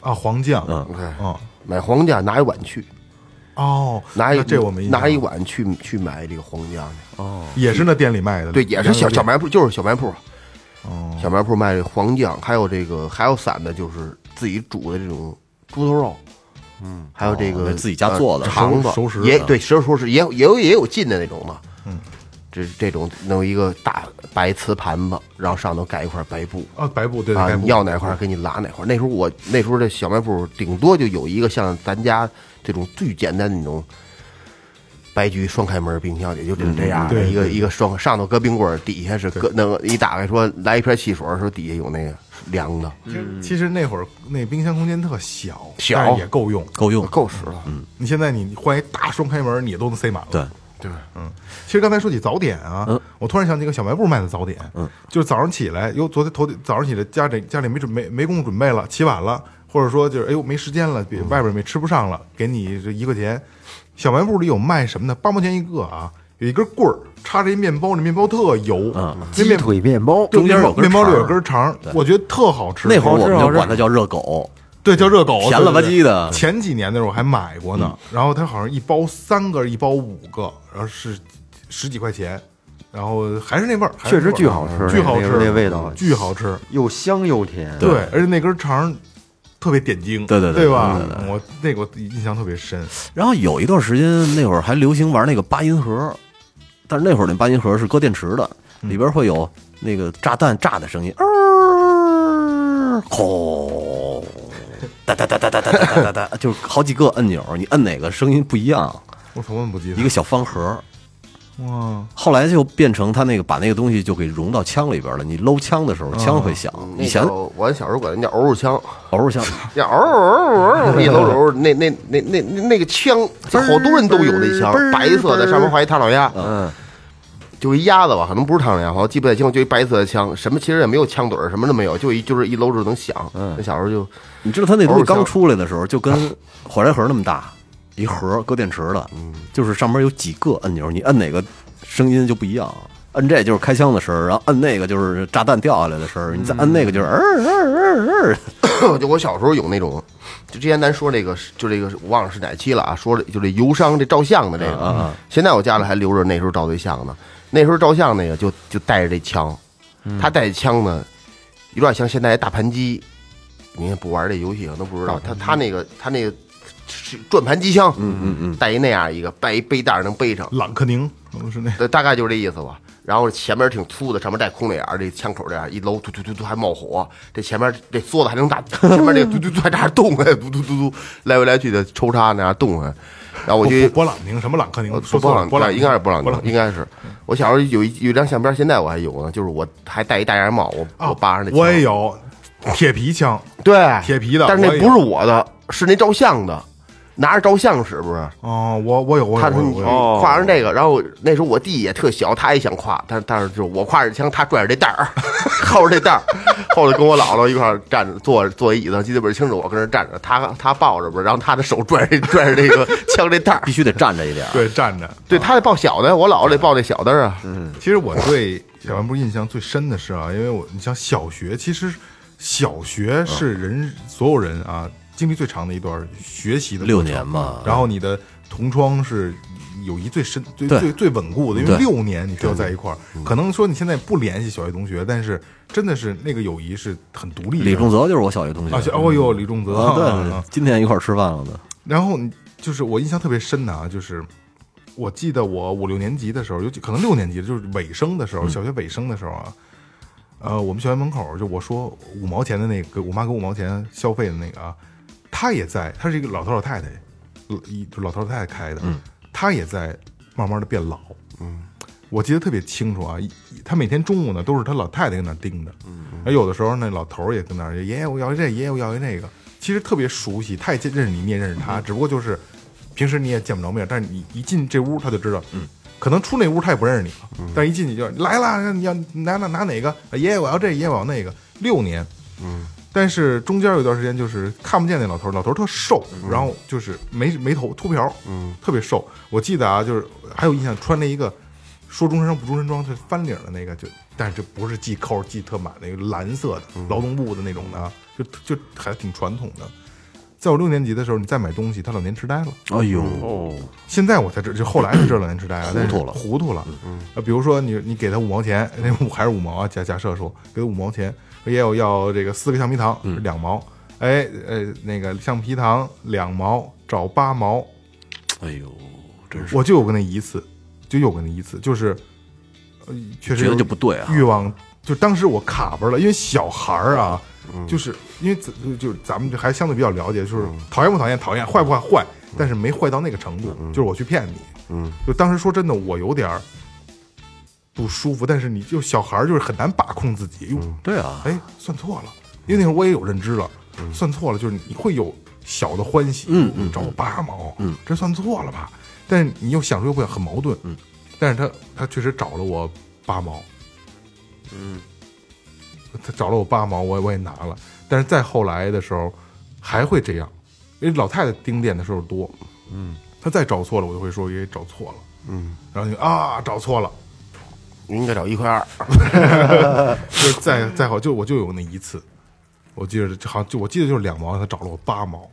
S3: 啊，黄酱，
S6: 嗯
S4: 对
S3: 嗯，
S4: 买黄酱拿一碗去，
S3: 哦，
S4: 拿一
S3: 那这我没印象
S4: 拿一碗去去买这个黄酱去，
S3: 也是那店里卖的，
S4: 对，也是小小
S3: 卖
S4: 卖部，就是小卖部，
S3: 哦，
S4: 小卖部卖这黄酱，还有这个还有散的，就是自己煮的这种猪头肉，嗯，还有这
S6: 哦
S4: 个
S6: 自己家做的
S4: 呃肠子
S3: 熟熟食
S4: 也
S3: 的
S4: 对，熟熟食也有也有也有进的那种的，嗯，这这种弄一个大白瓷盘子，然后上头盖一块白布。
S3: 啊，白布对，
S4: 啊，
S3: 白布
S4: 你要哪块儿给你拉哪块儿。那时候我那时候这小卖部顶多就有一个像咱家这种最简单的那种白局双开门冰箱，也就这这样
S3: 嗯
S4: 的
S3: 对
S4: 一个一个双上头搁冰棍儿，底下是搁那个一打开说来一瓶汽水儿，说底下有那个凉的，
S3: 其实其实那会儿那冰箱空间特小，
S4: 小
S3: 但是也够用。
S6: 够用，
S4: 够使了。嗯，
S3: 你现在你换一大双开门，你也都能塞满了。嗯
S6: 对，嗯
S4: 对，
S3: 其实刚才说起早点啊，我突然想起一个小卖部卖的早点，嗯，就是早上起来，哟，昨天头早上起来家里家里没准没没工夫准备了，起晚了，或者说就是哎呦没时间了，比外边没吃不上了，给你这一块钱。小卖部里有卖什么呢？八毛钱一个啊，有一根棍儿插着一面包，那面包特油，那
S5: 鸡
S3: 面
S5: 腿面包，
S3: 对
S6: 嗯中间有根
S3: 面包里
S6: 肠儿
S3: 有根肠儿，我觉得特好吃。
S6: 那会儿
S5: 好吃
S6: 我们
S5: 好
S6: 就
S5: 吃
S6: 管它叫热狗，
S3: 对，叫热狗，啊
S6: 甜了吧唧的嗯
S3: 对对对前几年的时候我还买过呢，然后它好像一包三个，一包五个，然后是十几块钱，然后还是那味儿，还是
S5: 确实
S3: 那味儿
S5: 巨好吃
S3: 巨好吃，
S5: 那个那味道
S3: 巨好吃。
S5: 又香又甜，
S3: 对，而且那根肠儿特别点睛，
S6: 对对对
S3: 对吧？我那个我印象特别深，
S6: 然后有一段时间，那会儿还流行玩那个八音盒，但是那会儿那八音盒是搁电池的，里边会有那个炸弹炸的声音，呃轰、哒哒哒哒哒哒哒哒哒，就是好几个按钮，你摁哪个声音不一样，
S3: 我从来不记得
S6: 一个小方盒，
S3: 哇，
S6: 后来就变成他那个把那个东西就给融到枪里边了。你搂枪的时候，枪会响。以前
S4: 嗯那叫我小时候管那叫嗷嗷枪，
S6: 嗷嗷枪，
S4: 叫嗷嗷嗷嗷一搂手，那那那那那那个枪，好多人都有那枪，白色的，上面画一唐老鸭，嗯，就一鸭子吧，可能不是唐老鸭，我记不太清，就一白色的枪，什么其实也没有枪嘴儿，什么都没有，就一就是一搂手能响。那小时候就
S6: 你知道他那东
S4: 嗷
S6: 西
S4: 嗷枪
S6: 刚出来的时候，就跟
S3: [laughs]
S6: 火柴盒那么大，一盒搁电池的，就是上面有几个按钮，你按哪个声音就不一样。按这就是开枪的声儿，然后按那个就是炸弹掉下来的声儿，你再按那个
S3: 嗯
S6: 就是呃儿儿儿
S3: [laughs]
S6: 儿。
S4: [laughs] 就我小时候有那种，就之前咱说这个，就这个我忘了是哪期了啊，说的就这油商这照相的这个，嗯现在我家里还留着那时候照对象呢，那时候照相那个就就带着这枪，他带枪呢，有点像现在大盘机，你看不玩这游戏可能不知道，他他那个他那个是转盘机枪，嗯嗯嗯，带一那样一个，带一背带儿能背上，
S3: 朗克宁，我是那
S4: 对，大概就是这意思吧。然后前面挺粗的，上面带空那眼儿，这枪口这样一搂，突突突突还冒火，这前面这梭子还能打，前面这个突突突还在那动哎，突突突突来回来去的抽插那样动哎。然后我
S3: 勃
S4: 就
S3: 勃勃朗宁什么朗克宁？说错了，勃
S4: 波
S3: 朗
S4: 应该是波
S3: 勃
S4: 朗宁，应该是。我小时候有一有一张相片，现在我还有呢，就是我还戴一大檐帽，我、
S3: 啊，
S4: 我扒上那枪，
S3: 我也有铁皮枪，
S4: 对
S3: 铁皮的
S4: 但是
S3: 我
S4: 那
S3: 也
S4: 不
S3: 有
S4: 是我的，是那照相的，拿着照相使不是？
S3: 哦，我我有我有
S4: 他说
S3: 我有
S4: 你哦
S3: 我有，
S4: 挎上这个，然后那时候我弟也特小，他也想挎，但但是就是我挎着枪，他拽着这袋儿， [laughs] 靠着这袋儿，后来跟我姥姥一块儿站着，坐着坐一椅子，记得倍儿清楚，我跟那儿站着，他他抱着不是，然后他的手拽着拽着这个枪这袋儿
S6: 必，须得站着一点儿。
S3: 对站着。
S4: 对，他得抱小的，我姥姥得抱这小的啊，
S3: 其实我对小卖部印象最深的是啊，因为我你像小学，其实小学是人所有人啊经历最长的一段学习的过
S6: 六
S3: 程
S6: 年嘛
S3: 然后你的同窗是友谊最深、最
S6: 对
S3: 最最稳固的，因为
S6: 对嗯
S3: 六年你需要在一块儿。可能说你现在不联系小学同学，但是真的是那个友谊是很独立的。
S6: 李仲泽就是我小学同学。
S3: 啊，小哦呦，李仲泽，
S6: 啊，
S3: 啊
S6: 对，今天一块儿吃饭了呢。
S3: 然后你就是我印象特别深的啊，就是我记得我五六年级的时候，尤其可能六年级，就是尾声的时候，小学尾声的时候啊，呃，我们学校门口就我说五毛钱的那个，我妈给我五毛钱消费的那个啊，她也在，她是一个老头老太太，老一老头老太太开的，她也在慢慢的变老，嗯。我记得特别清楚啊，一一她每天中午呢都是她老太太跟那儿盯着，而有的时候那老头儿也跟那儿，爷爷我要一这，爷爷我要一那个，其实特别熟悉，他也见认识你，你也认识他，只不过就是平时你也见不着面，但是你一进这屋他就知道，嗯，可能出那屋他也不认识你了，但是一进去就来啦，你要拿拿拿哪个，啊爷爷我要这，爷爷我要那个，六年，嗯但是中间有一段时间就是看不见那老头儿，老头儿特瘦，然后就是没没头秃瓢，嗯，特别瘦。我记得啊，就是还有印象，穿了一个说中山装不中山装，是翻领的那个，就但是这不是系扣系特满那个蓝色的劳动部的那种的啊，就就还挺传统的。在我六年级的时候，你再买东西，他老年痴呆了。
S6: 哎呦，
S3: 现在我才知，就后来才知道老年痴呆啊，但是
S6: 糊涂了嗯
S3: 糊涂了。啊，比如说你你给他五毛钱， [laughs] 那五还是五毛啊？假假设说给他五毛钱，也有要这个四个橡皮糖，
S6: 嗯
S3: 两毛。哎呃，那个橡皮糖两毛找八毛，
S6: 哎呦，真是
S3: 我就有过那一次，就有过那一次，就是，呃，确实
S6: 觉得
S3: 有
S6: 就不对啊。
S3: 欲望，就当时我卡巴了，因为小孩儿啊，
S6: 嗯
S3: 就是因为咱就就咱们就还相对比较了解，就是讨厌不讨厌，讨厌坏不坏坏，
S6: 嗯
S3: 但是没坏到那个程度，就是我去骗你，嗯，就当时说真的，我有点儿不舒服，但是你就小孩儿就是很难把控自己，哟，
S6: 对啊，
S3: 哎，算错了，因为那时候我也有认知了，算错了，就是你会有小的欢喜，嗯嗯，找我八毛，嗯，这算错了吧？但是你又想说又不想，很矛盾，嗯，但是他他确实找了我八毛，嗯，他找了我八毛，我也我也拿了，但是再后来的时候还会这样，因为老太太盯店的时候多，嗯，她再找错了，我就会说也找错了，嗯，然后你啊找错了。
S4: 应该找一块二，
S3: 就是再再好，就我就有那一次，我记得好像就我记得就是两毛，他找了我八毛，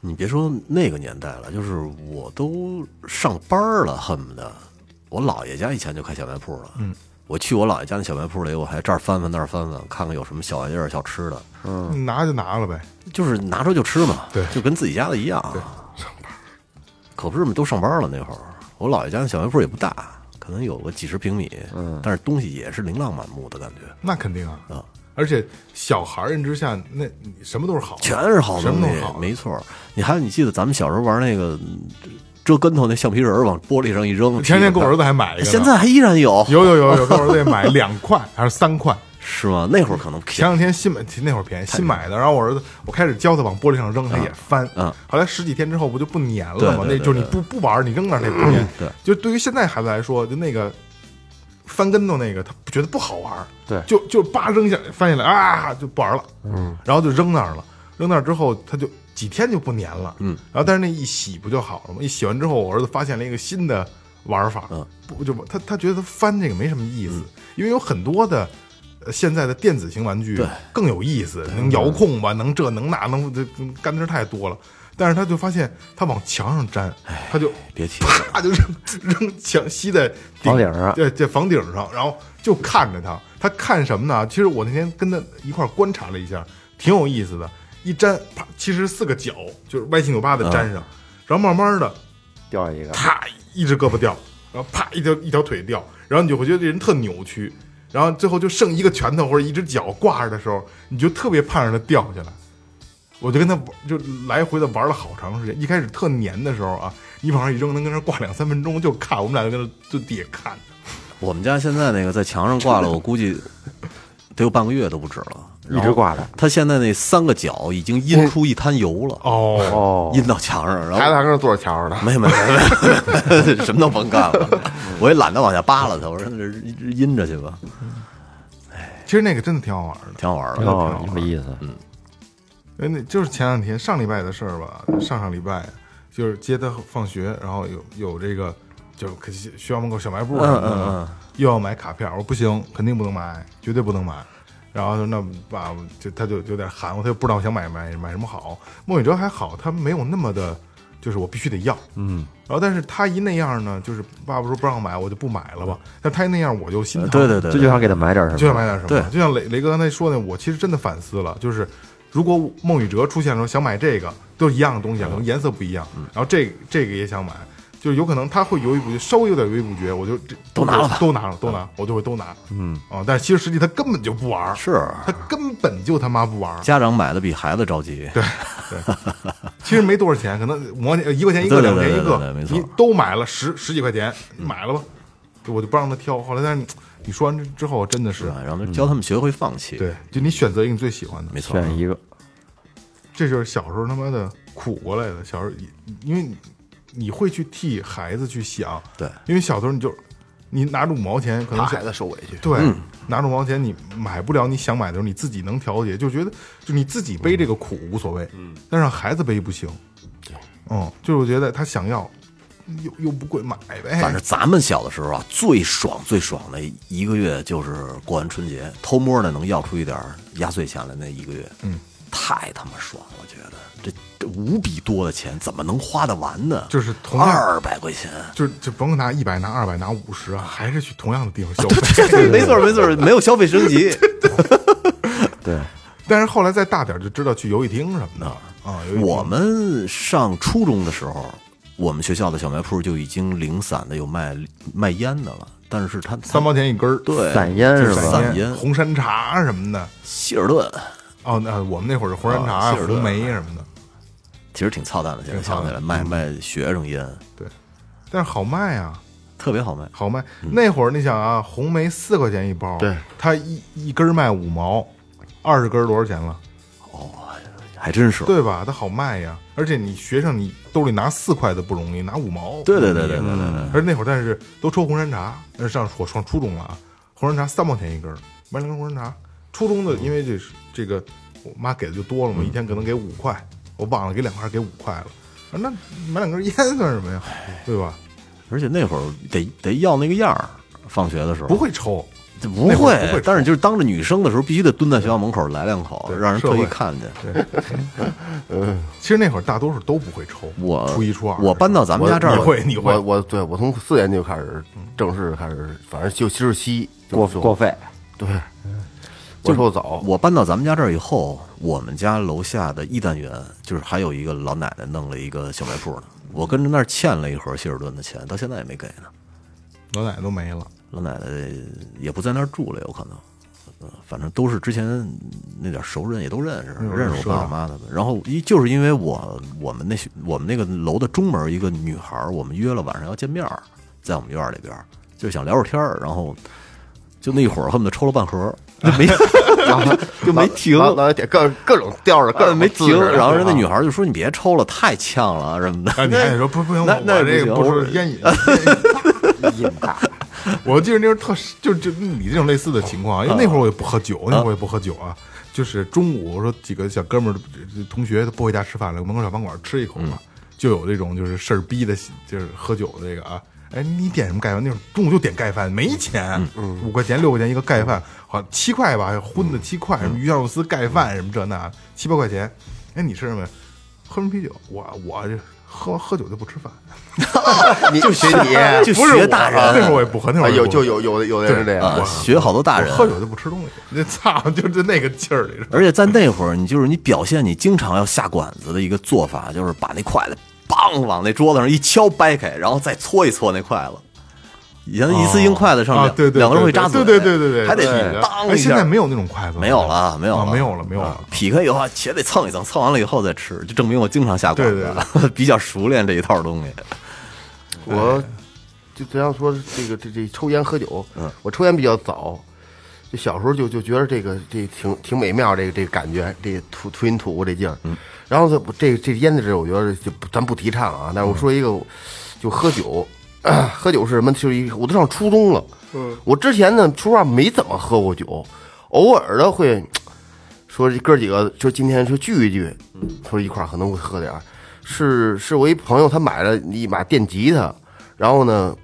S6: 你别说那个年代了，就是我都上班儿了，恨不得我姥爷家以前就开小卖铺了。嗯，我去我姥爷家那小卖铺里，我还这儿翻翻那儿翻翻，看看有什么小玩意儿、小吃的，
S3: 嗯，拿就拿了呗。
S6: 就是拿出就吃嘛。
S3: 对
S6: 就跟自己家的一样。上班，可不是嘛，都上班了那会儿。我姥爷家那小卖铺也不大，可能有个几十平米，嗯，但是东西也是琳琅满目的感觉。
S3: 那肯定啊，
S6: 啊
S3: 而且小孩认知下，那你什么都是好的，
S6: 全是好
S3: 什
S6: 东
S3: 么
S6: 西
S3: 都是好，的，
S6: 没错儿。你还有，你记得咱们小时候玩那个嗯折跟头那橡皮人儿往玻璃上一扔，
S3: 前天跟
S6: 踢着
S3: 我
S6: 它
S3: 儿子还买一个呢，
S6: 现在还依然有，
S3: 哎有有有有，跟我儿子也买两块还是三块。
S6: 是吗？那会儿可能
S3: 前
S6: 便宜
S3: 两天新买那会儿便宜新买的，然后我儿子我开始教他往玻璃上扔，他也翻。
S6: 嗯
S3: 后来十几天之后不就不粘
S6: 对
S3: 了吗？
S6: 对
S3: 那
S6: 对
S3: 就是你
S6: 对嗯
S3: 不不玩儿，你扔那儿它也不粘。
S6: 对，
S3: 就对于现在孩子来说，就那个翻跟头那个，他觉得不好玩儿。
S5: 对
S3: 就就叭扔下来翻下来啊，就不玩了。嗯，然后就扔那儿了，扔那儿之后他就几天就不粘了。嗯，然后但是那一洗不就好了吗？一洗完之后，我儿子发现了一个新的玩法。
S6: 嗯，
S3: 不就他他觉得翻这个没什么意思，因为有很多的。呃现在的电子型玩具
S6: 对
S3: 更有意思，能遥控吧，能这能那，能这这干的事儿太多了。但是他就发现他往墙上粘，他就
S6: 别提了，
S3: 啪就扔扔墙吸在
S5: 房顶上
S3: 对，这房顶上，然后就看着他，他看什么呢？其实我那天跟他一块儿观察了一下，挺有意思的。一粘，啪，其实四个角就是歪七扭八的粘
S5: 嗯
S3: 上，然后慢慢的，
S5: 掉一个，
S3: 啪，一只胳膊掉，然后啪，一条一条腿掉，然后你就会觉得这人特扭曲，然后最后就剩一个拳头或者一只脚挂着的时候，你就特别盼着它掉下来。我就跟他玩就来回的玩了好长时间，一开始特黏的时候啊，你往上一扔，能跟那儿挂两三分钟，就看我们俩就跟那就底下看着。
S6: 我们家现在那个在墙上挂了，我估计得有半个月都不止了。
S5: 一直挂着。
S6: 它现在那三个角已经阴出一滩油了，
S3: 哦，
S5: 哦，
S6: 阴到墙上，然
S4: 孩子
S6: 后
S4: 还跟那坐着瞧着呢。
S6: 没有没有没有，什么都甭干了，我也懒得往下扒拉它，我说这阴着去吧，
S3: 其实那个真的挺好玩的，
S6: 挺好玩的。
S5: 哦，有意思，
S3: 哎，那就是前两天上礼拜的事儿吧，上上礼拜就是接他放学，然后有有这个就是可学校门口小卖部什么的嘛，
S6: 嗯嗯
S3: 又要买卡片，我说不行，肯定不能买，绝对不能买。然后他说那爸，就他就有点含糊，他就不知道我想买买买什么好。孟雨舟还好，他没有那么的，就是我必须得要，嗯。然后但是他一那样呢，就是爸爸说不让买，我就不买了吧。但他一那样，我就心疼，
S6: 嗯对对对，
S5: 这就想给他买点
S3: 就
S5: 什
S3: 想
S5: 么。
S3: 买点什么。
S6: 对
S3: 就像雷雷哥刚才说的，我其实真的反思了，就是如果孟雨哲出现的时候想买这个，都是一样的东西啊，
S6: 嗯
S3: 可能颜色不一样，然后这个、这个也想买，就是有可能他会犹豫不决，稍微有点犹豫不决，我就这
S6: 都拿了吧
S3: 都拿了，都拿，我就会都拿，嗯啊，但是其实实际他根本就不玩儿，
S6: 是啊
S3: 他根本就他妈不玩儿，
S6: 家长买的比孩子着急。对，
S3: 其实没多少钱，可能五毛钱一块钱一个，
S6: 对对
S3: 两
S6: 对
S3: 块钱一
S6: 对对
S3: 个
S6: 对没，错嗯
S3: 你都买了十十几块钱，你买了吧，就我就不让他挑。后来但是你你说完之之后，真的是
S6: 然后教他们学会放弃。，
S3: 对，就你选择一个你最喜欢的
S6: 没，错。
S5: 选一个，
S3: 这就是小时候他妈的苦过来的。小时候，因为你你会去替孩子去想，
S6: 对，
S3: 因为小时候你就你拿着五毛钱，可
S4: 怕
S3: 能
S4: 孩
S3: 想
S4: 子受委屈，
S3: 对，
S6: 嗯
S3: 拿着五毛钱你买不了你想买的时候，你自己能调节，就觉得就你自己背这个苦无所谓，嗯，但是让孩子背不行，嗯，就是我觉得他想要又又不贵，买
S6: 反
S3: 呗
S6: 正，咱们小的时候啊，最爽最爽的一个月就是过完春节，偷摸的能要出一点儿压岁钱来那一个月，嗯，太他妈爽了，我觉得这这无比多的钱怎么能花得完呢？
S3: 就是同样
S6: 二百块钱， [laughs]
S3: 就就甭拿一百拿二百拿五十啊，还是去同样的地方消费。 [laughs]
S6: 没错没错，没有消费升级，
S5: 对，
S3: 但是后来再大点儿就知道去游戏厅什么的啊，游戏厅
S6: 我们上初中的时候，我们学校的小卖铺就已经零散的有卖卖烟的了，但是他
S3: 三毛钱一根儿，
S6: 对
S5: 散烟是
S6: 就是
S5: 吧？
S6: 散烟
S3: 红山茶什么的。
S6: 希尔顿。
S3: 哦，那我们那会儿是红山茶、
S6: 啊希尔顿
S3: 红梅什么的，
S6: 其实挺操蛋的，嗯现在想起来，卖卖学生烟
S3: 对。但是好卖啊，
S6: 特别好卖，
S3: 好卖。
S6: 嗯
S3: 那会儿你想啊，红梅四块钱一包，
S4: 对，
S3: 它一一根儿卖五毛，二十根儿多少钱了？
S6: 还真是。
S3: 对吧？它好卖呀。而且你学生，你兜里拿四块的不容易，拿啊五毛，
S6: 对对对对对对对
S3: 而那会儿，但是都抽红山茶，那是上我上初中了啊，红山茶三毛钱一根儿，买两根红山茶。初中的因为这是这个，我妈给的就多了
S6: 嗯
S3: 嘛，一天可能给五块，我忘了给两块还是给五块了。啊那买两根烟算什么呀？
S6: 哎
S3: 对吧？
S6: 而且那会儿得得要那个样儿，放学的时候
S3: 不会抽，
S6: 这不
S3: 那会
S6: 会
S3: 儿不会，
S6: 但是就是当着女生的时候，必须得蹲在学校门口来两口，
S3: 对
S6: 让人
S3: 社
S6: 特
S3: 会
S6: 意看见。
S3: 其实那会儿大多数都不会抽。
S6: 我
S3: 初一初二，
S6: 我搬到咱们
S4: 我
S6: 家这儿
S3: 你会你会
S4: 我我对我从四年级就开始正式开始，反正就就是吸就
S5: 过
S4: 就
S5: 过 [laughs] 费，
S4: 对，我说我早，
S6: 我搬到咱们家这儿以后，我们家楼下的一单元就是还有一个老奶奶弄了一个小卖铺呢，我跟着那儿欠了一盒希尔顿的钱，到现在也没给呢。
S3: 老奶奶都没了，
S6: 老奶奶也不在那儿住了，有可能嗯反正都是之前那点熟人也都认识，
S3: 嗯
S6: 认识我爸我妈他们。然后一就是因为我我们那学我们那个楼的中门一个女孩儿，我们约了晚上要见面儿，在我们院儿里边儿就想聊会儿天儿，然后就那一会儿恨不得抽了半盒，就 [laughs] 没就没停，
S4: 老老点各各种吊着，各
S6: 呃
S4: 种
S6: 没
S4: 姿
S6: 停。
S4: 势
S6: 然后人那女孩儿哎就说：“你别抽了，太呛了什么的。”
S3: 啊，你还得说不不行，
S6: 那
S3: 我
S6: 那
S3: 我这个
S6: 不行
S3: 不是烟
S6: [laughs]
S3: 瘾，烟大。我记得那时候特就就你这种类似的情况，啊因为那会儿我也不喝酒，那会儿我也不喝酒啊。就是中午，我说几个小哥们儿同学都不回家吃饭了，门口小饭馆吃一口嘛，就有这种就是事儿逼的，就是喝酒的这个啊。哎，你点什么盖饭？那会儿中午就点盖饭，没钱，五块钱六块钱一个盖饭，好像七块吧，荤的七块，什么鱼香肉丝盖饭什么这那，七八块钱。哎，你吃什么呀？喝什么啤酒？我我这喝喝酒就不吃饭，
S4: 你就学你啊
S6: 就
S3: 不是
S6: 学
S3: 我
S6: 大人
S3: 啊那会儿我也不喝，那会儿
S4: 有就
S3: 有
S4: 有有的有的人是这样，
S6: 啊，学好多大人
S3: 喝酒就不吃东西，那 [laughs] 操，就是那个劲儿里是。
S6: 而且在那会儿，你就是你表现你经常要下馆子的一个做法，就是把那筷子梆往那桌子上一敲掰开，然后再搓一搓那筷子。以前一次性筷子上
S3: 啊
S6: 两、，
S3: 对对，
S6: 两个人会扎
S3: 对
S6: 嘴，
S3: 对对对对，
S6: 还得
S3: 对
S6: 当
S3: 哎
S6: 一下。
S3: 现在没有那种筷子，
S6: 没有了，没有了，
S3: 啊没有了，没有
S6: 啊
S3: 了。
S6: 劈开以后且得蹭一蹭，蹭完了以后再吃，就证明我经常下馆子， [laughs] 比较熟练这一套东西。
S4: 我就只要说这个这这抽烟喝酒，
S6: 嗯
S4: 我抽烟比较早，就小时候就就觉得这个这挺挺美妙，这个这个感觉，这吐吐云吐雾这劲儿。
S6: 嗯
S4: 然后这这这烟的事儿，我觉得就不咱不提倡啊。但是我说一个，
S6: 嗯
S4: 就喝酒， [clears throat] 喝酒是什么？就是一我都上初中了，我之前呢，说实话没怎么喝过酒，偶尔的会说这哥几个，就今天说聚一聚，说一块儿可能会喝点儿。是是我一朋友他买了一把电吉他，然后呢，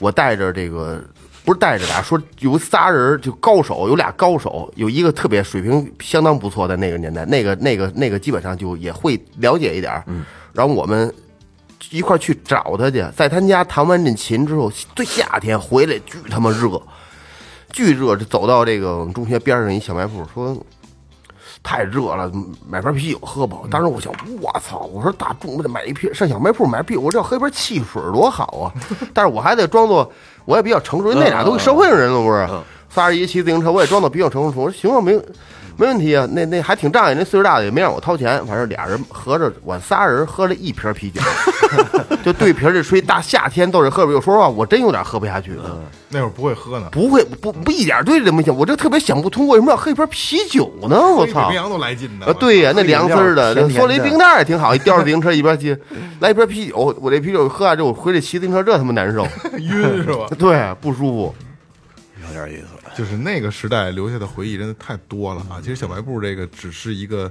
S4: 我带着这个不是带着俩，说有仨人就高手，有俩高手，有一个特别水平相当不错的那个年代，那个那个那个基本上就也会了解一点儿。然后我们一块儿去找他去，在他家弹完这琴之后，最夏天回来巨他妈热，巨热，就走到这个我们中学边上一小卖部，说太热了，买瓶啤酒喝吧。当时我想，我操！我说大中午的买一瓶，上小卖部买啤酒，我这要喝一瓶汽水多好啊！但是我还得装作我也比较成熟，因为那俩都社会人了，不是？仨人一骑自行车，我也装作比较成熟。我说行啊，没没问题啊。那那还挺仗义，那岁数大的也没让我掏钱，反正俩人合着我仨人喝了一瓶啤酒，就对瓶儿这吹。大夏天都是喝啤酒，说实话，我真有点喝不下去。
S3: 那会儿不会喝呢，
S4: 不会不不一点对这没想，我就特别想不通，为什么要喝一瓶啤酒呢？我
S3: 喝一
S4: 操
S3: 比！冰洋都来劲呢。
S4: 啊，对呀、那凉丝儿的，
S5: 甜甜
S4: 那
S5: 的
S4: 缩了一冰袋儿也挺好，一叼着自行
S5: [laughs]
S4: 车一边骑，来一瓶啤酒，我这啤酒喝完之后，我回去骑自行车，这他妈
S5: [laughs]
S4: 难受，
S3: 我操晕是吧？
S6: [laughs]
S4: 对，不舒服。
S6: 有点意思了，
S3: 就是那个时代留下的回忆真的太多了啊！
S6: 嗯
S3: 其实小卖部这个只是一个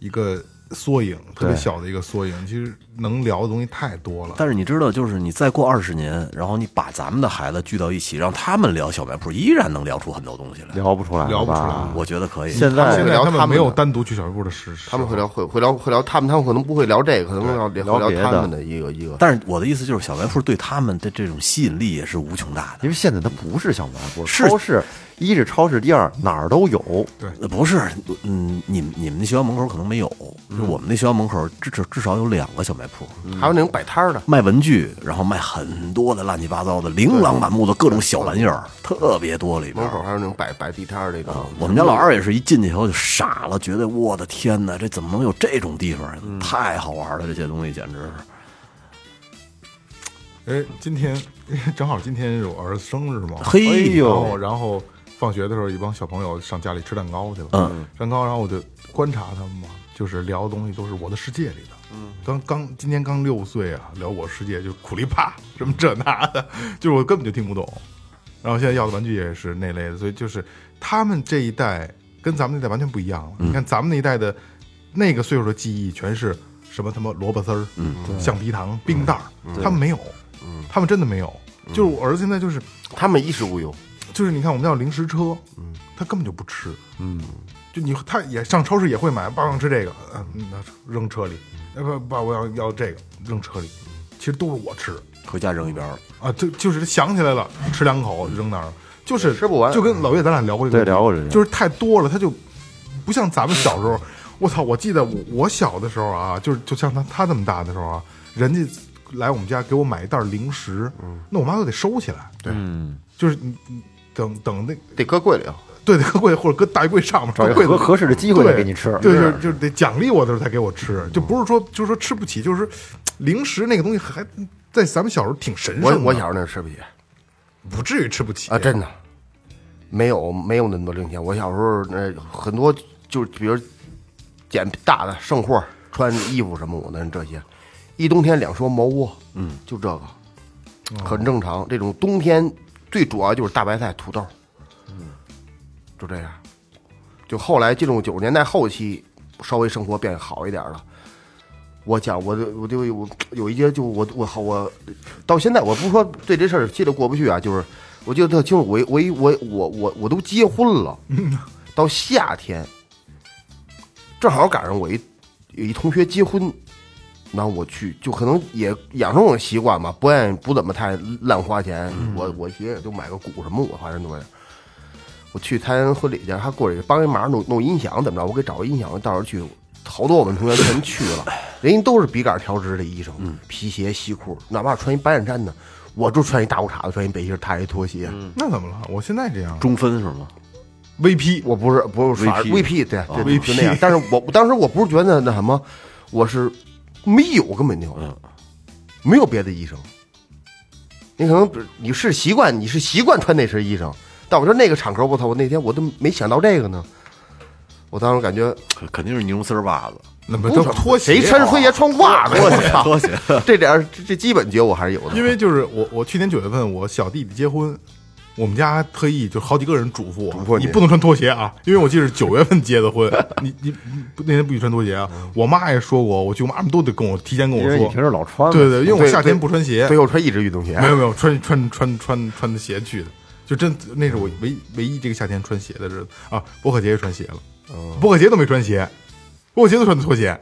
S3: 一个缩影，特别小的一个缩影。其实能聊的东西太多了。
S6: 但是你知道，就是你再过二十年，然后你把咱们的孩子聚到一起，让他们聊小卖铺，依然能聊出很多东西来。
S5: 聊不出来了吧，
S3: 聊不出来
S6: 我觉得可以。
S5: 现在
S3: 现在
S4: 聊
S3: 他
S4: 他
S3: 们
S4: 们
S3: 没有
S4: 的
S3: 单独去小卖部的时，时
S4: 他们会
S3: 候
S4: 聊，会会聊，会聊他们，他们可能不会聊这个，可能
S5: 聊
S4: 要聊会
S5: 别
S4: 聊
S5: 的
S4: 他们的一个一个。
S6: 但是我的意思就是，小卖铺对他们的这种吸引力也是无穷大的。
S5: 因为现在它不是小卖部，
S6: 是
S5: 超市，一是超市，第二哪儿都有。
S6: 呃不是，嗯，你们你们那学校门口可能没有，就我们那学校门口至至至少有两个小卖铺，
S5: 嗯
S4: 还有那种摆摊儿的，
S6: 卖文具，然后卖很多的乱七八糟的、琳琅满目的各种小玩意儿，特别多里边
S4: 门。
S6: 啊
S4: 口
S5: 嗯
S4: 还有那种摆摆地摊儿这种。
S6: 我们家老二也是一进去以后就傻了，觉得我的天哪，这怎么能有这种地方呀？太好玩了，这些东西简直是。
S3: 哎，今天 [laughs] 正好今天是我儿子生日嘛，
S6: 嘿
S5: 哎
S3: 然
S5: 呦
S3: 后然后放学的时候，一帮小朋友上家里吃蛋糕去了，
S6: 嗯，
S3: 蛋糕，然后我就观察他们嘛，就是聊的东西都是我的世界里的，嗯，刚刚今年刚六岁啊，聊我世界就是苦力怕什么这那的， [laughs] 就是我根本就听不懂，然后现在要的玩具也是那类的，所以就是他们这一代跟咱们那代完全不一样了。你看咱们那一代的那个岁数的记忆，全是什么他妈萝卜丝儿、橡皮糖、冰袋儿，他们没有，他们真的没有。就是我儿子现在就是
S4: 他们衣食无忧，
S3: 就是你看我们家有零食车，
S5: 嗯
S3: 他根本就不吃，嗯，就你他也上超市也会买，爸我想吃这个，嗯，那扔车里，呃不爸我要要这个扔车里，其实都是我吃，
S6: 回家扔一边儿了。
S3: 啊，就就是想起来了，吃两口扔那儿了，就是
S4: 吃不完
S3: 就跟老岳咱俩聊过这个，
S5: 对聊过这个
S3: 就是太多了，他就不像咱们小时候，我操，我记得我我小的时候啊，就是就像他他这么大的时候啊，人家来我们家给我买一袋零
S5: 嗯
S3: 食，那我妈都得收起来，对，就是你你等等那
S4: 得搁柜里头。啊
S3: 对，得搁柜或者搁大衣柜上面，
S5: 找一
S3: 搁
S5: 个
S3: 柜子
S5: 合合适的机会
S3: 对
S5: 再给你吃嗯
S3: 对，就是是就是得奖励我的时候才给我吃，就不是说就是说吃不起，就是零食那个东西还在咱们小时候挺神圣
S4: 我
S3: 的，
S4: 我小时候那吃不起
S3: 不至于吃不起
S4: 啊，真的没有没有那么多零钱。我小时候那很多就是比如捡大的剩货，穿衣服什么我的这些，一冬天两双毛窝，嗯，哦就这个很正常。这种冬天最主要就是大白菜、土豆，嗯，就这样。就后来进入九十年代后期，稍微生活变好一点了。我讲，我就我就我有一些就我我好我到现在我不是说对这事儿心里过不去啊，就是我记得特清楚，我一我一我我我我都结婚了，到夏天正好赶上我一有一同学结婚，然后我去就可能也养成我的习惯吧，不愿意不怎么太乱花钱，我我也就买个鼓什么，我反正都是。我去参加人婚礼去，他过来帮一忙弄弄音响，怎么着？我给找个音响，到时候去。好多我们同学全去了，人家都是笔杆调直的衣裳，皮鞋、西裤，哪怕穿一白衬衫呢，我就穿一大裤衩子，穿一背心，踏一拖鞋。
S3: 那怎么了？我现在这样
S6: 中分是吗？
S3: ，VP
S4: 我不是不是
S6: VP
S4: VP 对对对
S3: VP
S4: 就那样，但是我当时我不是觉得那什么，我是没有根本就没有别的医生，你可能比如你是习惯你是习惯穿那身衣裳，但我说那个场合我操，我那天我都没想到这个呢，我当时感觉
S6: 肯定是牛丝袜子、
S3: 那不都拖鞋啊
S4: 谁穿拖鞋穿袜子，我操，
S6: 拖鞋。
S4: 这点儿这这基本觉我还是有的，
S3: 因为就是我，我去年九月份我小弟弟结婚，我们家特意就好几个人嘱咐我，
S4: 咐你
S3: 你不能穿拖鞋啊，因为我记得是九月份结的
S5: [laughs]
S3: 婚，你你不那天不许穿拖鞋啊。我妈也说过，我舅妈他们都得跟我提前跟我
S5: 嗯因为你平
S3: 说，
S5: 时老穿嘛，
S3: 对对，因为我
S4: 对
S3: 夏天不穿鞋，
S4: 最后穿一只运动鞋
S3: 没，有没有穿穿穿穿穿的鞋去的，就真那是我唯唯一这个夏天穿鞋的日子啊。博克节也穿鞋了，博克节都没穿鞋，博克节都穿的拖鞋，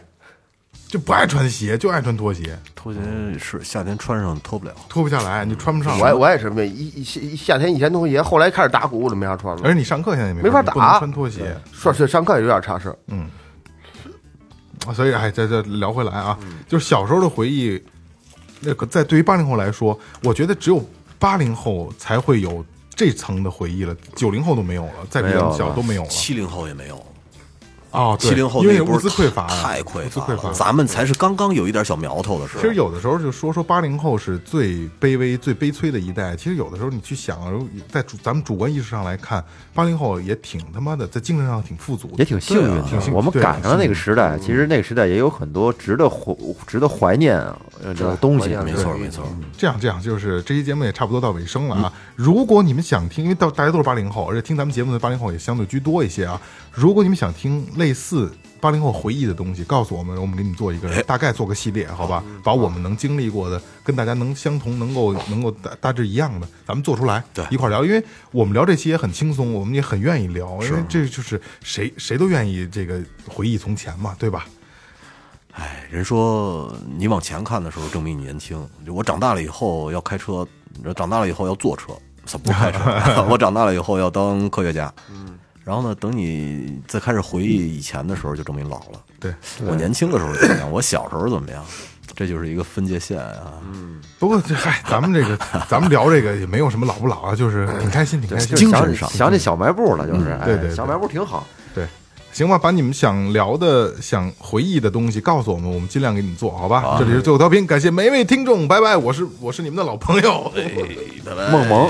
S3: 就不爱穿鞋，就爱穿拖鞋，
S6: 拖鞋是夏天穿上脱不了，
S3: 脱不下来，你穿不上。
S4: 我也我也是没一一一夏天以前拖鞋，后来开始打鼓我就没啥穿了
S3: 而。且你上课现在也没
S4: 没法
S3: 法你不
S4: 打
S3: 能穿拖鞋，
S4: 上是上课也有点差事儿，
S3: 啊所以哎，这这聊回来啊，就是小时候的回忆，那个在对于八零后来说，我觉得只有八零后才会有这层的回忆了，九零后都没有了，再比我们小都没有了。
S6: 七零后也没有。
S3: 哦，对
S6: 七零后
S3: 因
S6: 那
S3: 为
S6: 一波
S3: 物资匮乏呀，
S6: 太
S3: 物
S6: 匮
S3: 资
S6: 乏
S3: 匮
S6: 了，
S3: 乏。
S6: 咱们才是刚刚有一点小苗头的时候。
S3: 其实有的时候就说说八零后是最卑微、最悲催的一代。其实有的时候你去想，如在主咱们主观意识上来看，八零后也挺他妈的，在精神上挺富足的，
S5: 也挺幸运的。啊
S3: 挺幸
S5: 我们
S3: 对
S5: 赶上了那
S3: 挺幸嗯
S5: 个时代，其实那个时代也有很多值得怀、值得怀念呃的东西。
S4: 怀念
S6: 没错没错，
S3: 这样这样，就是这期节目也差不多到尾声了啊。如果你们想听，因为到大家都是八零后，而且听咱们节目的八零后也相对居多一些啊。如果你们想听类似八零后回忆的东西，告诉我们，我们给你们做一个大概做个系列，哎好吧？把我们能经历过的，跟大家能相同，能够能够大大致一样的，咱们做出来，
S6: 对
S3: 一块儿聊。因为我们聊这期也很轻松，我们也很愿意聊，因为这就是谁谁都愿意这个回忆从前嘛，对吧？
S6: 哎，人说你往前看的时候，证明你年轻。就我长大了以后要开车，你说长大了以后要坐车，不是开车。 [laughs] 我长大了以后要当科学家。嗯。然后呢，等你再开始回忆以前的时候，就证明老了。
S3: 对。
S6: 我年轻的时候怎么样？我小时候怎么样？这就是一个分界线啊！
S3: 不过这嗨，咱们这个咱们聊这个也没有什么老不老啊，就是挺开心，挺开心。
S5: 就是
S6: 精
S5: 想
S6: 神
S5: 起
S6: 上
S5: 想起小卖部了，就是
S3: 嗯对对
S5: 哎，
S3: 对
S5: 小卖部挺好。
S3: 对，行吧，把你们想聊的、想回忆的东西告诉我们，我们尽量给你们做好吧。这里是最后调频，感谢每一位听众，拜拜，我是我是你们的老朋友。
S5: 梦萌。